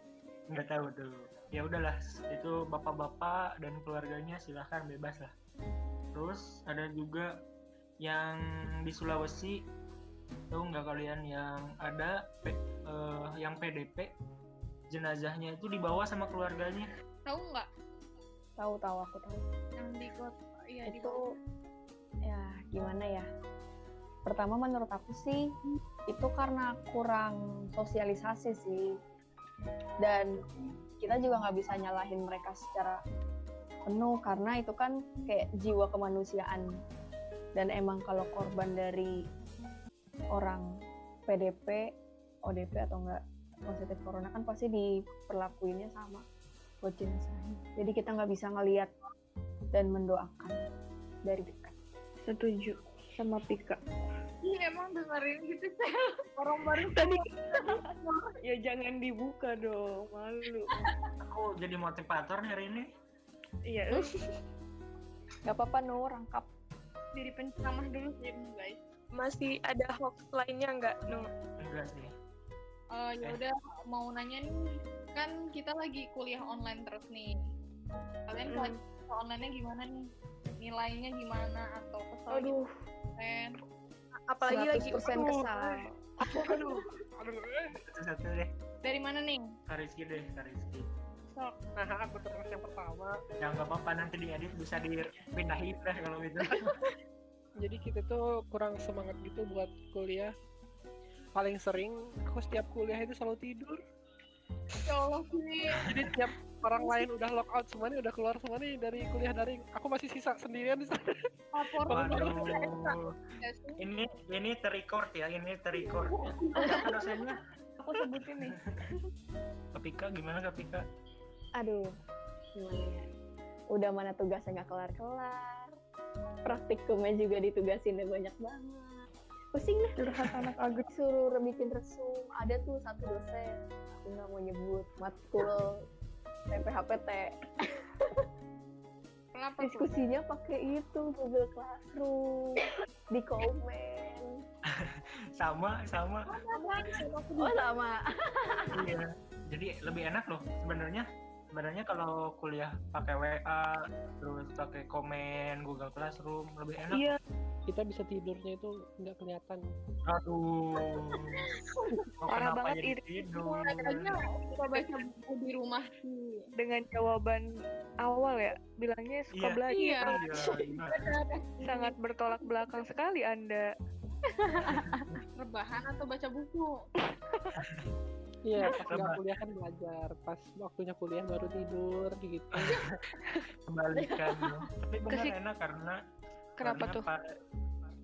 S5: nggak tahu tuh ya udahlah itu bapak-bapak dan keluarganya silahkan bebas lah terus ada juga yang di Sulawesi tahu nggak kalian yang ada P- eh, yang PDP jenazahnya itu dibawa sama keluarganya
S8: tahu nggak
S2: tahu tahu aku tahu
S8: yang di kota iya di
S2: itu ya gimana ya pertama menurut aku sih itu karena kurang sosialisasi sih dan kita juga nggak bisa nyalahin mereka secara penuh karena itu kan kayak jiwa kemanusiaan dan emang kalau korban dari orang PDP, ODP atau enggak positif corona kan pasti diperlakuinnya sama buat jenazahnya. Jadi kita nggak bisa ngelihat dan mendoakan dari dekat.
S11: setuju sama Pika
S8: Ih, emang dengerin gitu saya orang baru
S11: tadi ya jangan dibuka dong malu
S5: aku jadi motivator hari ini
S11: iya
S2: Gak apa-apa Nur, rangkap.
S8: jadi penceramah dulu sih guys
S3: Masih ada hoax lainnya nggak, Hmm. Nung?
S5: enggak sih
S8: Eh ya udah mau nanya nih kan kita lagi kuliah online terus nih kalian kalau kuliah online-nya gimana nih nilainya gimana atau kesel gitu
S11: aduh
S8: kan
S3: Apalagi lagi
S2: 100%
S3: Aduh,
S2: kesal.
S7: Aduh, aduh, eh.
S5: satu-satu deh
S8: dari mana nih
S5: Kariski deh Kariski
S7: Nah, aku terus yang pertama.
S5: ya nggak apa-apa nanti diedit bisa dipindahin deh kalau gitu
S7: Jadi kita tuh kurang semangat gitu buat kuliah. Paling sering aku setiap kuliah itu selalu tidur.
S8: ya Allah sih
S7: Jadi tiap orang lain udah lockout semua nih, udah keluar semua nih dari kuliah daring. Aku masih sisa sendirian di sana.
S8: lapor
S5: waduh
S8: ya sih
S5: ini ini terrecord ya ini terrecord ya. dosennya
S2: Aku sebutin nih.
S5: Kapika gimana Kapika
S2: Aduh, gimana ya? Udah mana tugasnya nggak kelar-kelar. Praktikumnya juga ditugasinnya banyak banget. Pusing lah.
S11: curhat anak agak
S2: suruh bikin resum ada tuh satu dosen aku nggak mau nyebut matkul TPHPT
S8: kenapa tuh
S2: diskusinya pakai itu Google Classroom di komen
S5: sama sama
S2: oh sama
S5: iya jadi lebih enak loh sebenarnya sebenarnya kalau kuliah pakai WA terus pakai komen Google Classroom lebih enak
S11: iya
S7: Kita bisa tidurnya itu nggak kelihatan.
S5: aduh Kok
S11: Parah
S5: kenapa
S11: banget
S5: jadi
S11: ide.
S5: tidur
S8: Kayaknya kita baca buku di rumah sih
S11: dengan jawaban awal ya bilangnya suka
S5: Iya.
S11: belajar
S5: Iya, gimana?
S11: sangat bertolak belakang sekali anda
S8: rebahan atau baca buku
S7: Iya, pas
S5: Coba.
S7: nggak kuliah kan belajar. Pas waktunya kuliah baru tidur gitu.
S5: kembalikan loh. tapi benar
S11: Kasih-
S5: enak karena
S11: Kenapa
S5: karena
S11: tuh?
S5: pa-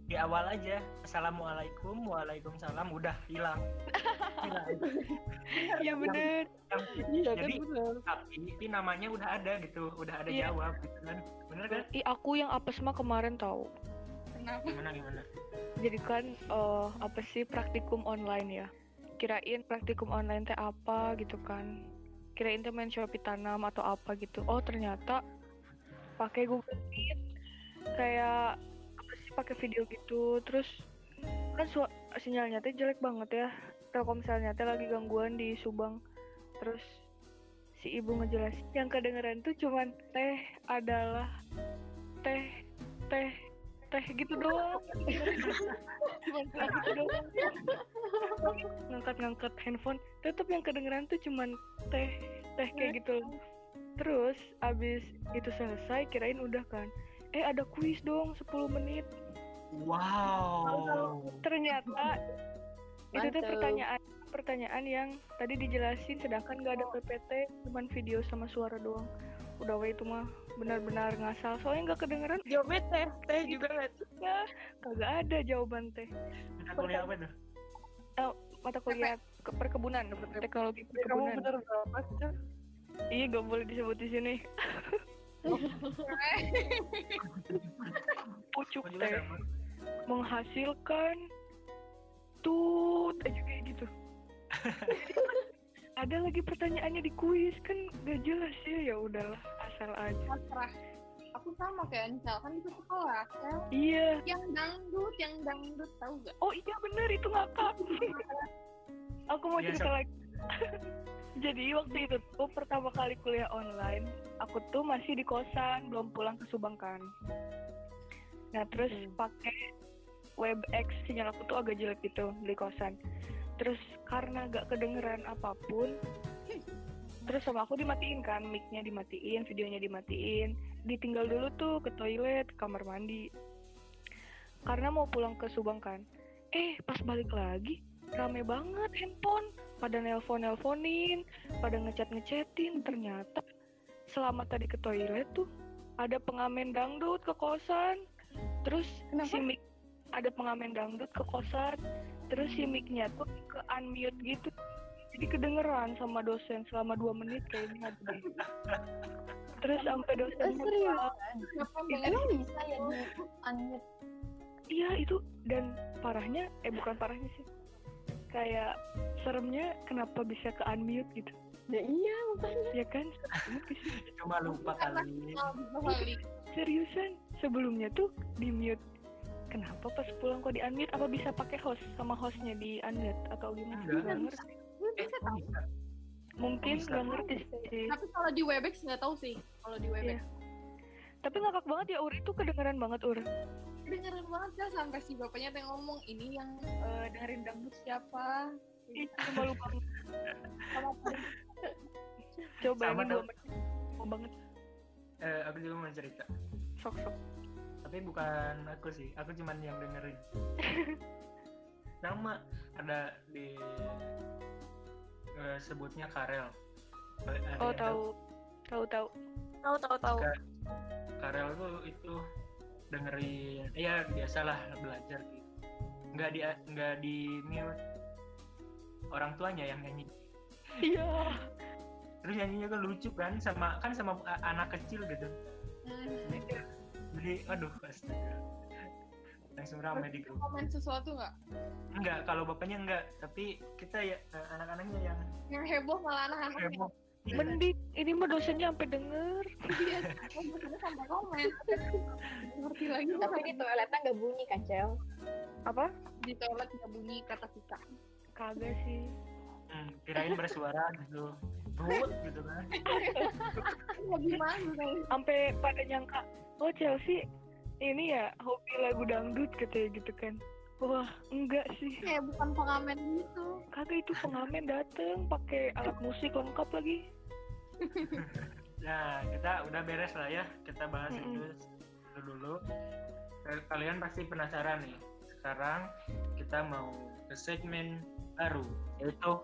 S5: di awal aja assalamualaikum waalaikumsalam udah hilang
S6: Iya bener.
S5: Iya kan bener. Tapi ini namanya udah ada gitu, udah ada
S6: Iya.
S5: jawab gitu kan. Bener kan?
S6: Ih, aku yang apes mah kemarin tahu.
S8: Kenapa?
S5: Gimana gimana?
S6: Jadi kan eh, apa sih praktikum online ya? Kirain praktikum online teh apa gitu kan? Kirain teh main Shopee tanam atau apa gitu. Oh ternyata pakai Google Meet kayak apa sih pakai video gitu. Terus kan sua- sinyalnya teh jelek banget ya. Telkomselnya teh lagi gangguan di Subang. Terus si ibu ngejelasin yang kedengeran tuh cuman teh adalah teh teh teh gitu doang Cuman kayak gitu doang ngangkat-ngangkat handphone tetap yang kedengeran tuh cuman teh teh kayak gitu terus abis itu selesai kirain udah kan eh ada kuis dong 10 menit
S5: Wow.
S6: ternyata itu tuh
S5: Mantap.
S6: pertanyaan pertanyaan yang tadi dijelasin sedangkan gak ada PPT cuman video sama suara doang udah weh itu mah benar-benar ngasal soalnya nggak kedengeran jawabnya teh teh juga nggak kagak ada jawaban teh
S5: Mata kuliah apa tuh?
S6: Eh, mata kuliah ke perkebunan teknologi
S7: Kamu
S6: perkebunan
S7: bener berapa sih?
S6: iya gak boleh disebut di sini pucuk
S5: Aku juga
S6: teh
S5: sama.
S6: menghasilkan tut aja kayak gitu ada lagi pertanyaannya di kuis kan gak jelas ya ya udahlah asal aja
S8: Pasrah. Aku sama kayak Ancal kan itu sekolah kan.
S6: Iya.
S8: Yang dangdut, yang dangdut tahu gak?
S6: Oh iya bener itu ngakak. aku mau
S8: Iya,
S6: cerita
S8: Sob.
S6: lagi jadi waktu itu tuh pertama kali kuliah online aku tuh masih di kosan belum pulang ke Subang kan nah terus pakai WebEx sinyal aku tuh agak jelek gitu di kosan terus karena gak kedengeran apapun terus sama aku dimatiin kan mic-nya dimatiin videonya dimatiin ditinggal dulu tuh ke toilet ke kamar mandi karena mau pulang ke Subang kan eh pas balik lagi rame banget handphone pada nelpon nelponin pada ngechat ngechatin ternyata selama tadi ke toilet tuh ada pengamen dangdut ke kosan terus si mic ada pengamen dangdut ke kosan terus si mic-nya tuh ke unmute gitu jadi kedengeran sama dosen selama dua menit kayaknya deh. terus sampai dosen
S2: Iya, ya? Emang bisa ya di unmute?
S6: Iya itu dan parahnya eh bukan parahnya sih kayak seremnya kenapa bisa ke unmute gitu
S2: ya iya makanya
S6: ya kan
S5: Cuma Ya, lupa kali.
S6: seriusan sebelumnya tuh di mute kenapa pas pulang kok di unmute apa bisa pakai host sama hostnya di unmute atau gimana
S5: Enggak.
S6: Nggak ngerti.
S5: Eh,
S8: Bisa tahu.
S6: mungkin
S5: Bisa.
S6: nggak ngerti sih
S8: Tapi kalau di Webex nggak tahu sih. Kalau di Webex.
S6: tapi ngakak banget ya Ur itu kedengeran banget Ur
S8: Dengerin banget ya sampai si bapaknya tuh yang ngomong ini yang eh, dengerin dangdut siapa?
S6: Ih, cuma lupa. coba
S5: Sama
S6: ini dua
S5: tau.
S6: menit Mau banget
S5: Eh, aku juga mau cerita.
S6: sok sok
S5: Tapi bukan aku sih, aku cuman yang dengerin. Nama ada di eh, sebutnya Karel. Eh, ada
S6: oh
S5: yang
S6: tahu tahu tahu
S3: tahu tahu tahu
S5: Ka- Karel tuh itu dengerin ya biasalah belajar gitu nggak di nggak di mute orang tuanya yang nyanyi
S6: iya
S5: terus nyanyinya kan lucu kan sama kan sama a- anak kecil gitu jadi aduh astaga langsung ramai di grup
S8: Komen sesuatu nggak?
S5: enggak kalau bapaknya enggak tapi kita ya eh, anak-anaknya yang
S8: Yang heboh malah anak-anak.
S5: heboh
S6: mending ini mah dosennya sampai denger
S8: Iya, dosennya sampai komen. Ngerti lagi
S2: Tapi di toiletnya nggak bunyi kan Cel?
S6: apa
S8: di toilet nggak bunyi kata kita.
S6: kagak sih
S5: Hmm, kirain bersuara gitu brut gitu kan
S8: Nggak gimana?
S6: sampai pada nyangka oh Chelsea ini ya hobi lagu dangdut katanya gitu kan wah enggak sih
S8: Kayak bukan pengamen gitu.
S6: kagak itu pengamen dateng pakai alat musik lengkap lagi
S5: Nah, kita udah beres lah ya. Kita bahas itu dulu dulu. Eh, Kalian pasti penasaran nih. Sekarang kita mau ke segmen baru yaitu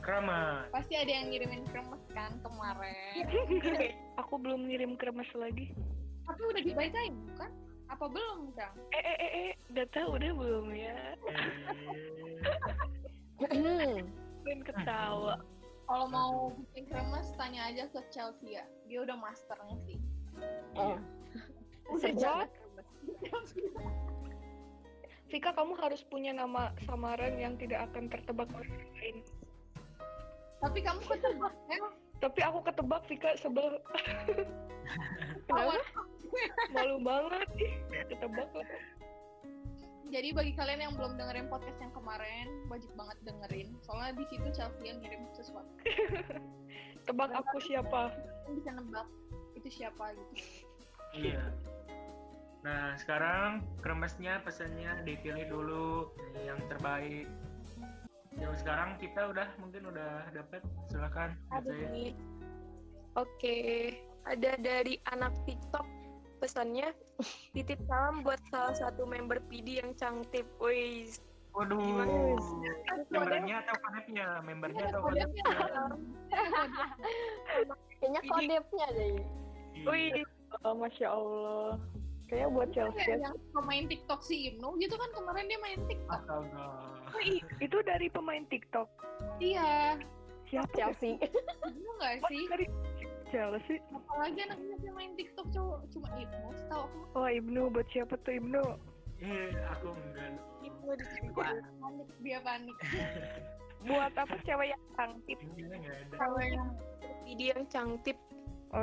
S5: krama.
S8: Pasti ada yang ngirimin kremes kan kemarin.
S6: aku belum ngirim kremes lagi
S8: Tapi udah dibacain bukan? Apa belum, Kang?
S6: eh eh eh, eh. Data udah belum ya?
S7: Iya.
S6: Hmm.
S8: Ben ketawa. Kalau mau bikin kremes, tanya aja ke Chelsea ya. Dia udah masternya sih.
S2: Oh.
S8: Sejak
S6: Vika, kamu harus punya nama samaran yang tidak akan tertebak oleh orang lain.
S8: Tapi kamu ketebak, ya?
S6: Tapi aku ketebak, Vika, sebel. Kenapa? Malu banget. ih. Ketebak lah.
S8: Jadi bagi kalian yang belum dengerin podcast yang kemarin, wajib banget dengerin. Soalnya di situ Chelsea yang ngirim sesuatu.
S6: Tebak aku siapa?
S8: Kalian bisa nebak itu siapa gitu.
S5: Iya. Nah, sekarang kremesnya pesannya dipilih dulu nih, yang terbaik. Jauh sekarang kita udah mungkin udah dapat. Silakan. Dece.
S3: Oke, ada dari anak TikTok pesannya titip salam buat salah satu member PD yang cantik. Wis.
S5: Waduh. Membernya atau kodepnya? Membernya atau kodepnya?
S2: Kayaknya kodepnya deh.
S6: Wih, oh, masya Allah. Kayak
S8: Iya,
S6: buat Chelsea.
S8: Kayak yang pemain TikTok si Ibnu gitu kan kemarin dia main TikTok.
S6: Oh, i- itu dari pemain TikTok.
S8: Iya.
S6: Siapa? Chelsea.
S8: Ibnu nggak sih?
S6: Dari Chelsea.
S8: Apalagi anak anaknya main TikTok cowok cuma Ibnu. Tahu aku
S6: Wah, Oh, Ibnu buat siapa tuh Ibnu?
S5: Eh, aku enggak.
S8: Ibnu diceritain. Panik dia panik.
S6: Buat apa cewek yang cantik?
S3: Cewek yang video yang cantik.
S6: Oh,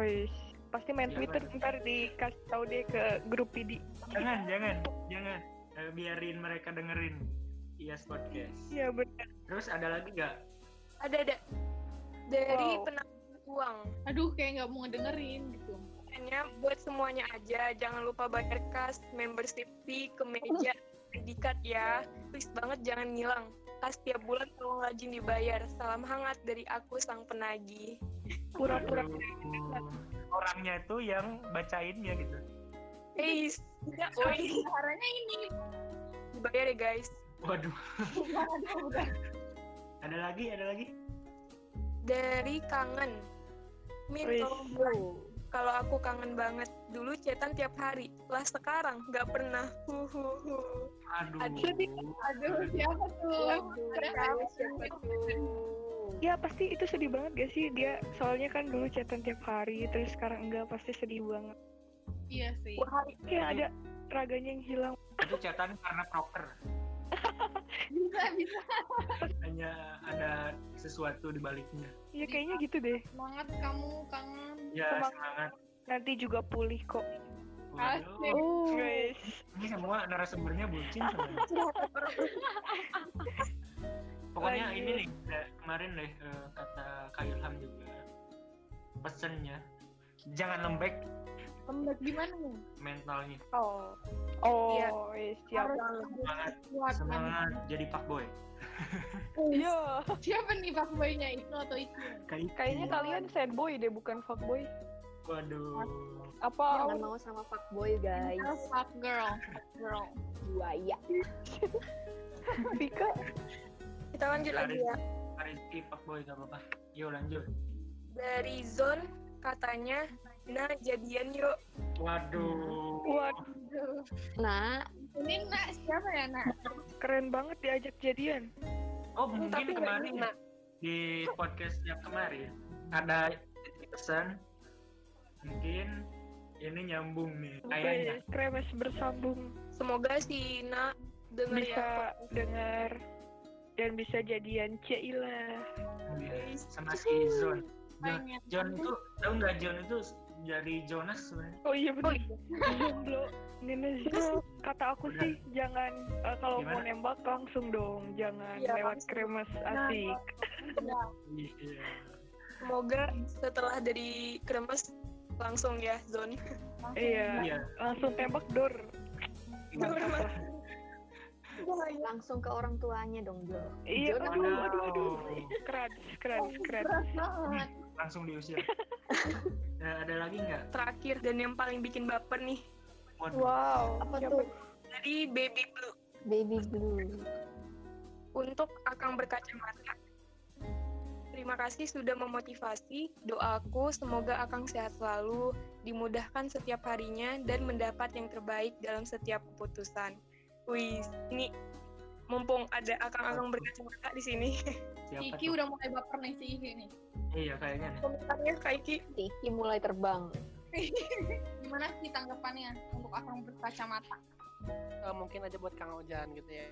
S6: pasti main
S5: Iya,
S6: Twitter
S5: Mas.
S6: ntar dikasih tahu deh ke grup PD.
S5: Jangan, jangan, jangan. Eh, biarin mereka dengerin. Yes podcast.
S6: Iya benar.
S5: Terus ada lagi nggak?
S3: Ada ada dari
S5: Wow.
S3: penampilan uang.
S8: Aduh, kayak nggak mau ngedengerin gitu.
S3: Hanya buat semuanya aja, jangan lupa bayar kas, membership fee, kemeja, credit card ya. Please banget jangan ngilang. Kas tiap bulan tolong rajin dibayar. Salam hangat dari aku sang penagih.
S6: Pura-pura.
S5: Orangnya itu yang bacainnya gitu.
S3: Eh, tidak, oi.
S8: Caranya ini.
S3: Dibayar ya guys.
S5: Waduh.
S8: Udah.
S5: Ada lagi, ada lagi.
S3: Dari kangen. Min,
S5: Wih.
S3: tolong bilang kalau aku kangen banget. Dulu cetan tiap hari, lah sekarang nggak pernah. Huhuhu.
S5: Aduh.
S8: Aduh, siapa
S2: Iya.
S8: tuh? Ada nggak?
S6: Ya pasti itu sedih banget gak sih dia soalnya kan dulu chatan tiap hari terus sekarang enggak pasti sedih banget.
S8: Iya sih.
S6: Kayak ada raganya yang hilang.
S5: Itu catatan karena proker.
S8: Bisa, bisa.
S5: Hanya ada sesuatu di baliknya.
S6: Ya kayaknya gitu deh.
S8: Semangat kamu, kangen.
S5: Ya, semangat.
S6: Nanti juga pulih kok.
S8: Asik.
S2: Oh.
S6: Guys.
S5: Ini semua narasumbernya bucin sebenarnya. Pokoknya
S6: Lanjut.
S5: ini nih eh, kemarin deh eh, kata Kak Ilham juga pesennya jangan lembek
S8: Lembek gimana nih?
S5: mentalnya.
S6: Oh. Oh,
S8: Iya.
S6: wis, siap.
S8: Harus
S5: Semangat,
S8: kuat.
S5: semangat jadi pak boy.
S6: Iya.
S8: Siapa nih pak boynya itu atau itu?
S5: gitu.
S6: Kayaknya kalian sad boy deh bukan fuckboy.
S5: Waduh.
S6: Apa?
S2: Jangan mau sama fuckboy guys.
S8: Fuck girl, fuck girl.
S2: Buaya.
S6: Vika.
S3: Kita lanjut lagi ya.
S5: Rizky pak boy gak apa-apa. Yuk lanjut.
S3: Dari Zon katanya, nah jadian yuk.
S5: Waduh.
S8: Waduh.
S2: Nah,
S8: Ini nak siapa ya nak?
S6: Keren banget diajak jadian.
S5: Oh
S3: Hmm,
S5: mungkin
S6: Tapi nggak
S5: kemarin
S6: enak.
S5: di podcast yang kemarin ada pesan mungkin ini nyambung nih kayaknya.
S6: Wih, Kremes bersambung.
S3: Semoga si Na dengar ya.
S6: Bisa dengar dan bisa jadian Cila.
S5: Iya, sama si John. John,
S8: Pengen.
S5: John itu tahu nggak John itu dari Jonas sebenarnya.
S6: Oh iya benar. Jomblo. Nina Zio, kata aku sih jangan eh, kalau
S5: Gimana?
S6: mau nembak langsung dong, jangan
S3: Iya,
S6: lewat
S3: langsung.
S6: kremes
S3: Nah,
S6: asik.
S5: Iya.
S3: Semoga setelah dari kremes langsung ya Zon.
S6: Iya,
S5: Iya.
S6: langsung tembak dor.
S2: langsung ke orang tuanya dong, Jo.
S6: Iya,
S2: Zon,
S6: aduh, aduh, aduh.
S5: Waduh.
S6: Keren, keren, keren.
S8: Banget.
S5: Langsung diusir. Nah, ada lagi nggak?
S3: Terakhir dan yang paling bikin baper nih
S5: Waduh.
S6: Wow.
S2: Apa tuh?
S3: dari Baby Blue
S2: Baby blue.
S3: untuk Akang berkacamata. Terima kasih sudah memotivasi. Doaku semoga Akang sehat selalu, dimudahkan setiap harinya dan mendapat yang terbaik dalam setiap keputusan. Wih, ini mumpung ada akang-akang berkacamata di sini.
S5: Siapa
S8: Iki
S5: tuh?
S8: udah mulai baper nih si Iki nih.
S5: Iya kayaknya nih.
S3: Komentarnya Kak Iki.
S2: Iki mulai terbang.
S8: Gimana sih tanggapannya untuk akang berkacamata?
S7: Eh, mungkin aja buat Kang Ojan gitu ya.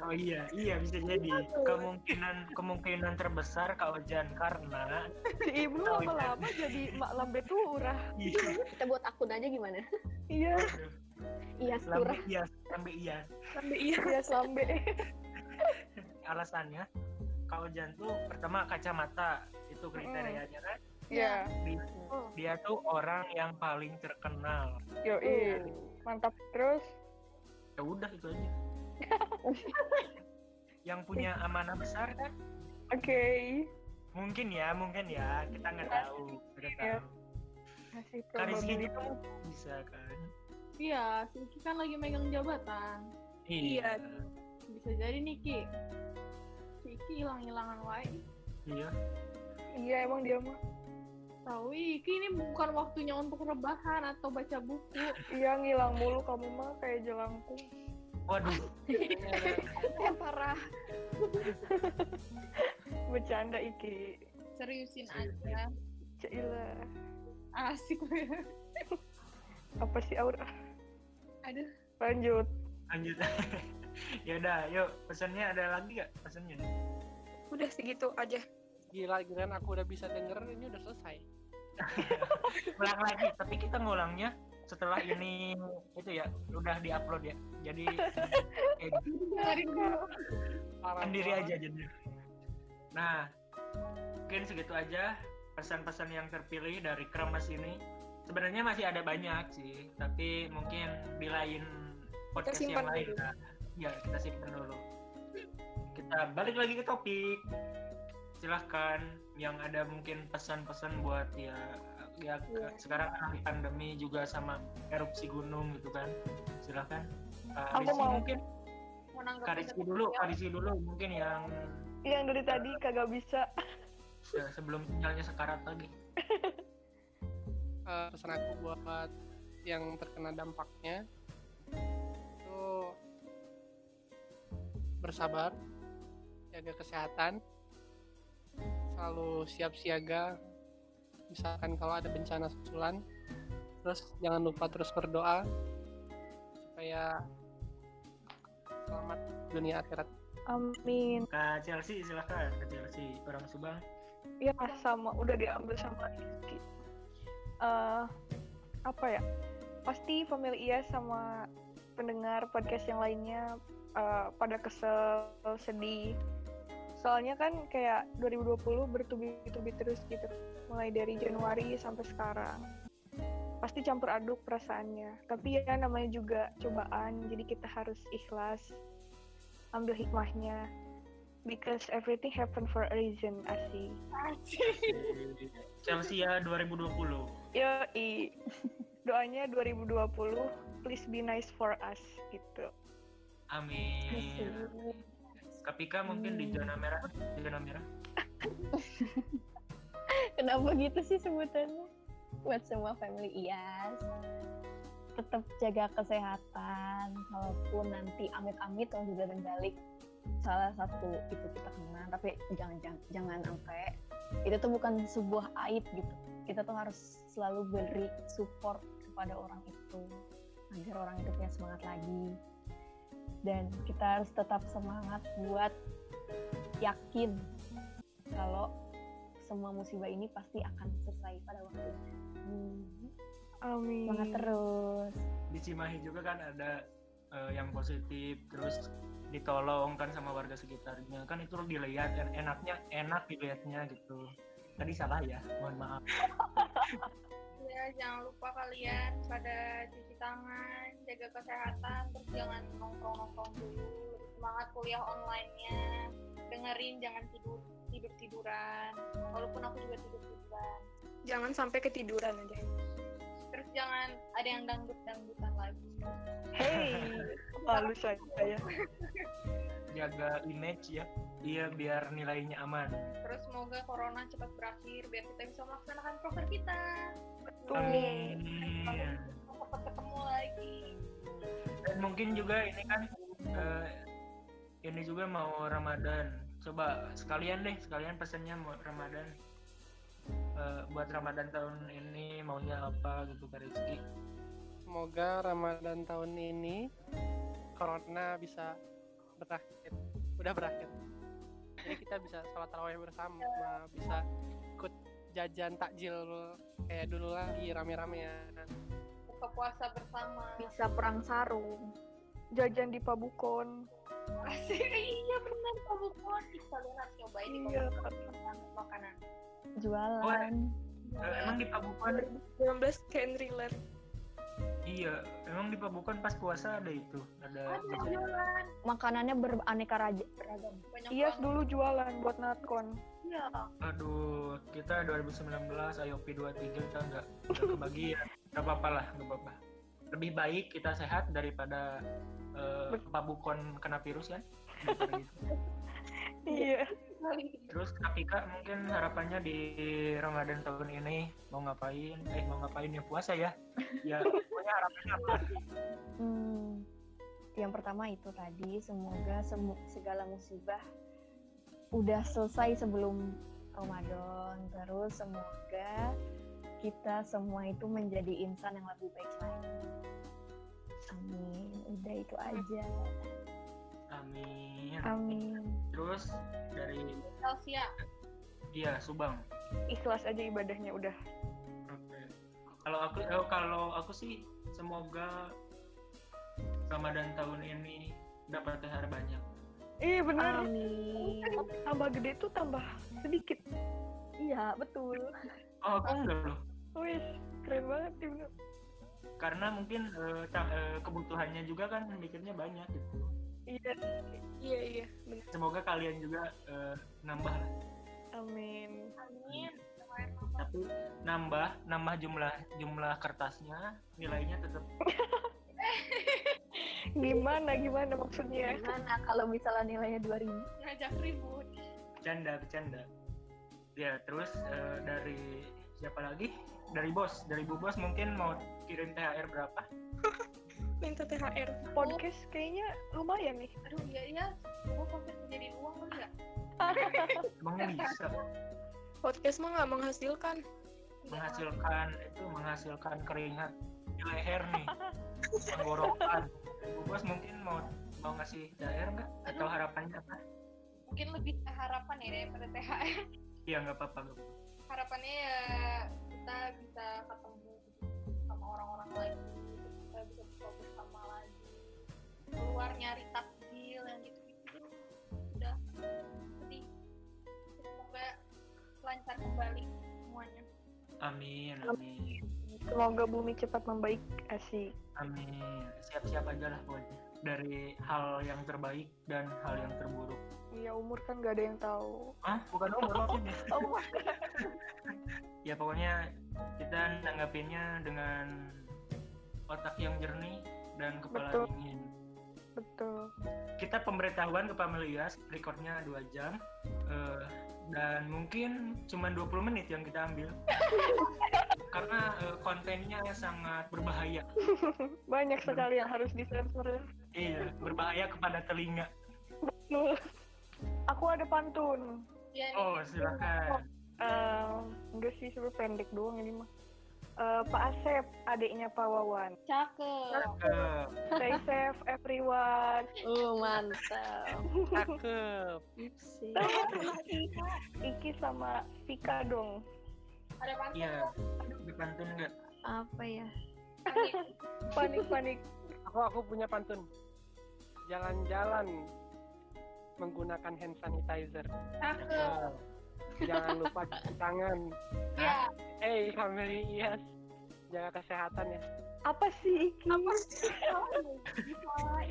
S5: Oh iya, iya bisa jadi. Kemungkinan kemungkinan terbesar Kak Ojan karena
S6: Si Ibnu lama-lama jadi Mak Lambe Turah.
S2: Kita buat akun aja gimana?
S6: Iya.
S2: Iya,
S5: lambe
S2: Turah.
S5: iya, lambe iya.
S3: Lambe iya.
S6: Iya, Lambe.
S5: Alasannya Kak Ojan tuh pertama kacamata itu kriterianya kan.
S6: Iya.
S5: Dia, dia tuh orang yang paling terkenal.
S6: Yoi. Mantap terus.
S5: Ya udah itu aja. yang punya amanah besar kan?
S6: Oke.
S5: Mungkin ya, mungkin ya. Kita nggak tahu. Nggak
S6: Iya.
S5: tahu.
S6: Kasih
S5: Karis gini
S6: probabilitas.
S5: tuh bisa kan?
S8: Iya, si Iki kan lagi megang jabatan.
S5: Iya.
S8: Bisa jadi nih Ki. Si Iki hilang-hilangan wae.
S5: Iya.
S3: Iya emang dia mah.
S8: Tahu Iki ini bukan waktunya untuk rebahan atau baca buku.
S6: Iya ngilang mulu kamu mah kayak jelangkung.
S5: Waduh.
S6: Eh parah. Bercanda Iki.
S8: Seriusin aja.
S6: Cila.
S8: Asik.
S6: Apa sih Aura?
S8: Aduh.
S6: Lanjut.
S5: Lanjut. ya udah, yuk pesannya ada lagi nggak pesannya?
S3: Udah segitu aja.
S7: Gila, giliran aku udah bisa denger ini udah selesai.
S5: Ulang lagi, tapi kita ngulangnya setelah ini itu ya udah diupload ya. Jadi eh, sendiri aja jadi. Nah, mungkin segitu aja pesan-pesan yang terpilih dari Kremas ini. Sebenarnya masih ada banyak sih, tapi mungkin di lain podcast yang
S3: simpan
S5: lain.
S3: dulu.
S5: lah. Ya, kita simpan dulu. Kita balik lagi ke topik. Silahkan yang ada mungkin pesan-pesan buat ya ya ke-
S3: Iya.
S5: sekarang kan pandemi juga sama erupsi gunung gitu kan. Silahkan. Kak
S6: Aku
S5: Rizky
S6: mau.
S5: mungkin Kak Rizky dulu,
S3: Ya.
S5: Kak Rizky dulu mungkin yang
S6: Iya, Yang dari tadi kagak bisa.
S5: ya, sebelum sinyalnya sekarat lagi.
S7: eh, pesan aku buat yang terkena dampaknya itu bersabar, jaga kesehatan, selalu siap siaga. Misalkan kalau ada bencana susulan, terus jangan lupa terus berdoa supaya selamat dunia akhirat.
S6: Amin.
S5: Kak Chelsea silahkan Kak Chelsea orang Subang
S6: Ya sama udah diambil sama Rizky. Eh, apa ya? Pasti family Iya sama pendengar podcast yang lainnya eh, pada kesel, sedih. Soalnya kan kayak 2020 bertubi-tubi terus gitu, mulai dari Januari sampai sekarang. Pasti campur aduk perasaannya. Tapi ya namanya juga cobaan, jadi kita harus ikhlas ambil hikmahnya. Because everything happen for a reason, asih.
S5: Chelsea ya 2020
S6: Yoi. Doanya 2020, please be nice for us gitu.
S5: Amin Kapika mungkin di zona merah di zona merah
S2: Kenapa gitu sih sebutannya? Buat semua family IAS tetap jaga kesehatan walaupun nanti amit-amit kalau sudah balik salah satu itu kita kena tapi jangan jangan jangan sampai itu tuh bukan sebuah aib gitu kita tuh harus selalu beri support kepada orang itu agar orang itu punya semangat lagi dan kita harus tetap semangat buat yakin kalau semua musibah ini pasti akan selesai pada waktunya.
S6: Amin.
S2: Semangat terus.
S5: di Cimahi juga kan ada eh, yang positif terus ditolong kan sama warga sekitarnya kan itu dilihat dan enaknya enak dilihatnya gitu tadi salah ya mohon maaf
S13: Ya, jangan lupa kalian Kan pada cuci tangan, jaga kesehatan, terus jangan nongkrong-nongkrong dulu. Lebih Semangat kuliah online-nya. Dengerin, jangan tidur tidur-tiduran. Walaupun aku juga tidur-tiduran.
S3: Jangan sampai ketiduran aja.
S13: Terus jangan ada yang dangdut-dangdutan lagi.
S14: ya.
S6: Hey, lalu saya.
S5: jaga image ya iya biar nilainya aman
S8: Terus semoga corona cepat berakhir biar kita bisa melaksanakan proker kita. Iya.
S5: Amin.
S8: Cepat ketemu lagi.
S5: dan mungkin juga ini kan eh, ini juga mau Ramadan coba sekalian deh sekalian pesannya mau Ramadan Eh, buat Ramadan tahun ini maunya apa gitu Kak Rizky
S7: Semoga Ramadan tahun ini Corona bisa berakhir Udah berakhir Jadi kita bisa sholat tarawih bersama Bisa ikut jajan takjil Kayak dulu lagi ya. rame-ramean
S8: Buka puasa bersama.
S14: bisa perang sarung jajan di pabukon
S8: Asik. iya benar Pak Bukon. Ih, Kalian harus nyobain di
S14: Iya.
S8: makanan. makanan.
S2: Jualan.
S5: Eh, emang di Pabukan
S3: 19 can relate
S5: iya emang di Pabukan pas puasa ada itu ada jajan.
S8: jualan.
S2: Makanannya beraneka raja- ragam.
S8: Banyak
S14: Ias
S6: Iya,
S8: banget.
S14: Iya, dulu jualan buat natkon
S8: Iya.
S5: aduh kita 2019 IOP 23 kita nggak nggak kebagian nggak apa-apa lah nggak apa-apa lebih baik kita sehat daripada eh, Pabukon kena virus kan Daripada gitu.
S14: iya
S5: Terus Kak Pika mungkin harapannya di Ramadan tahun ini mau ngapain? Eh mau ngapain ya puasa ya? Ya pokoknya harapannya apa?
S2: Hmm, yang pertama itu tadi semoga semu- segala musibah udah selesai sebelum Ramadan. Terus semoga kita semua itu menjadi insan yang lebih baik lagi. Amin. Udah itu aja.
S5: Amin.
S2: Amin.
S5: Terus dari
S8: Elsia.
S5: dia Subang.
S14: ikhlas aja ibadahnya udah
S5: Oke. Kalau aku eh, kalau aku sih semoga Ramadan tahun ini dapat THR banyak.
S14: Iya bener Kan
S2: Amin.
S14: tambah gede tuh tambah sedikit
S2: Iya, betul.
S5: Oh aku enggak loh.
S14: wih keren banget sih bener
S5: Karena mungkin eh, ta- eh, kebutuhannya juga kan mikirnya banyak gitu.
S14: iya
S3: iya iya benar
S5: Semoga kalian juga eh, nambah lah.
S14: amin
S8: Amin.
S5: tapi nambah nambah jumlah jumlah kertasnya nilainya tetap
S14: gimana gimana maksudnya
S2: Gimana kalau misalnya nilainya 2000?
S8: Ngajak ribut.
S5: bercanda bercanda ya terus eh, dari siapa lagi dari bos dari bu bos mungkin mau kirim thr berapa
S3: minta THR
S14: podcast kayaknya lumayan nih
S8: Aduh iya iya. Gue fokus menjadi uang kali ya.
S5: emang bisa
S3: podcast mah nggak menghasilkan
S5: menghasilkan itu menghasilkan keringat di leher nih tenggorokan bu bos mungkin mau mau ngasih thr nggak atau harapannya apa
S8: Mungkin lebih ke harapan ya daripada THR.
S5: ya nggak apa-apa nggak apa-apa.
S8: Harapannya ya kita bisa ketemu sama orang-orang lagi. terus Kita bisa buka bersama lagi. Keluar nyari takjil yang gitu-gitu. tuh Udah. Sedih. Semoga lancar kembali semuanya.
S5: amin amin
S14: semoga bumi cepat membaik asik
S5: amin siap-siap aja lah pokoknya dari hal yang terbaik dan hal yang terburuk
S14: Iya umur kan gak ada yang tahu.
S5: Ah, bukan umur maksudnya.
S14: Oh, bukan.
S5: ya pokoknya kita nanggapinnya dengan otak yang jernih dan kepala
S14: Betul.
S5: dingin.
S14: betul.
S5: Kita pemberitahuan ke Pamelias, recordnya 2 jam. Eh, dan mungkin cuma 20 menit yang kita ambil. Karena eh, kontennya sangat berbahaya.
S14: Banyak sekali yang harus disensor.
S5: Iya, berbahaya kepada telinga.
S14: Nuh. Aku ada pantun.
S8: Iya nih.
S5: Oh, silakan.
S14: Eh, enggak sih sebenernya pendek doang ini mah. Eh, Pak Asep, adiknya Pak Wawan.
S8: Cakep.
S5: Eh,
S14: Stay safe everyone.
S2: Uh, mantap.
S7: Cakep
S14: Iki sama Vika dong.
S8: Ada pantun
S5: Iya, ada pantun nggak?
S2: Apa ya?
S8: Panik.
S14: Panik panik.
S7: Aku aku punya pantun Jalan-jalan Menggunakan hand sanitizer
S8: Cakep.
S5: Cakep.
S7: Jangan lupa cuci tangan
S8: Ya.
S7: Hey family yes Jaga kesehatan ya
S14: Apa sih Iki?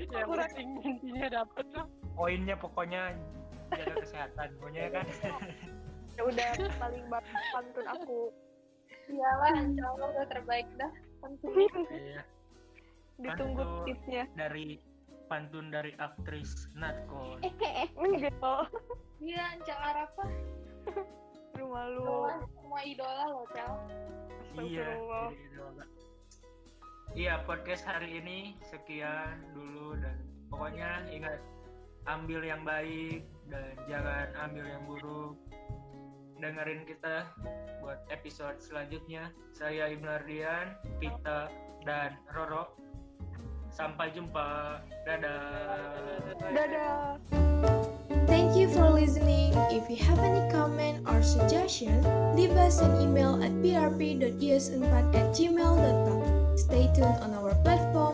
S7: Ya penting intinya dapet lah
S5: Poinnya pokoknya jaga kesehatan. Pokoknya ya kan.
S14: Ya udah paling bagus pantun aku.
S8: Iyalah, insya Allah udah terbaik dah.
S5: Iya.
S14: Ditunggu
S5: Pantun.
S14: tipsnya.
S5: dari pantun dari aktris Natko.
S8: Eh, eh, eh.
S14: Enggak.
S8: Gila, Cel Arafa.
S14: Aduh, malu.
S8: Idola, Semua idola loh, Cel.
S5: Iya.
S14: Astagfirullah.
S5: jadi idola. Iya, podcast hari ini sekian dulu dan pokoknya ingat ambil yang baik dan jangan ambil yang buruk. Dengerin kita buat episode selanjutnya. Saya Ibnu Ardian, Pita, dan Roro. Sampai jumpa. Dadah.
S14: Dadah.
S15: Thank you for listening. If you have any comment or suggestion, leave us an email at brp.is4 at gmail.com. Stay tuned on our platform.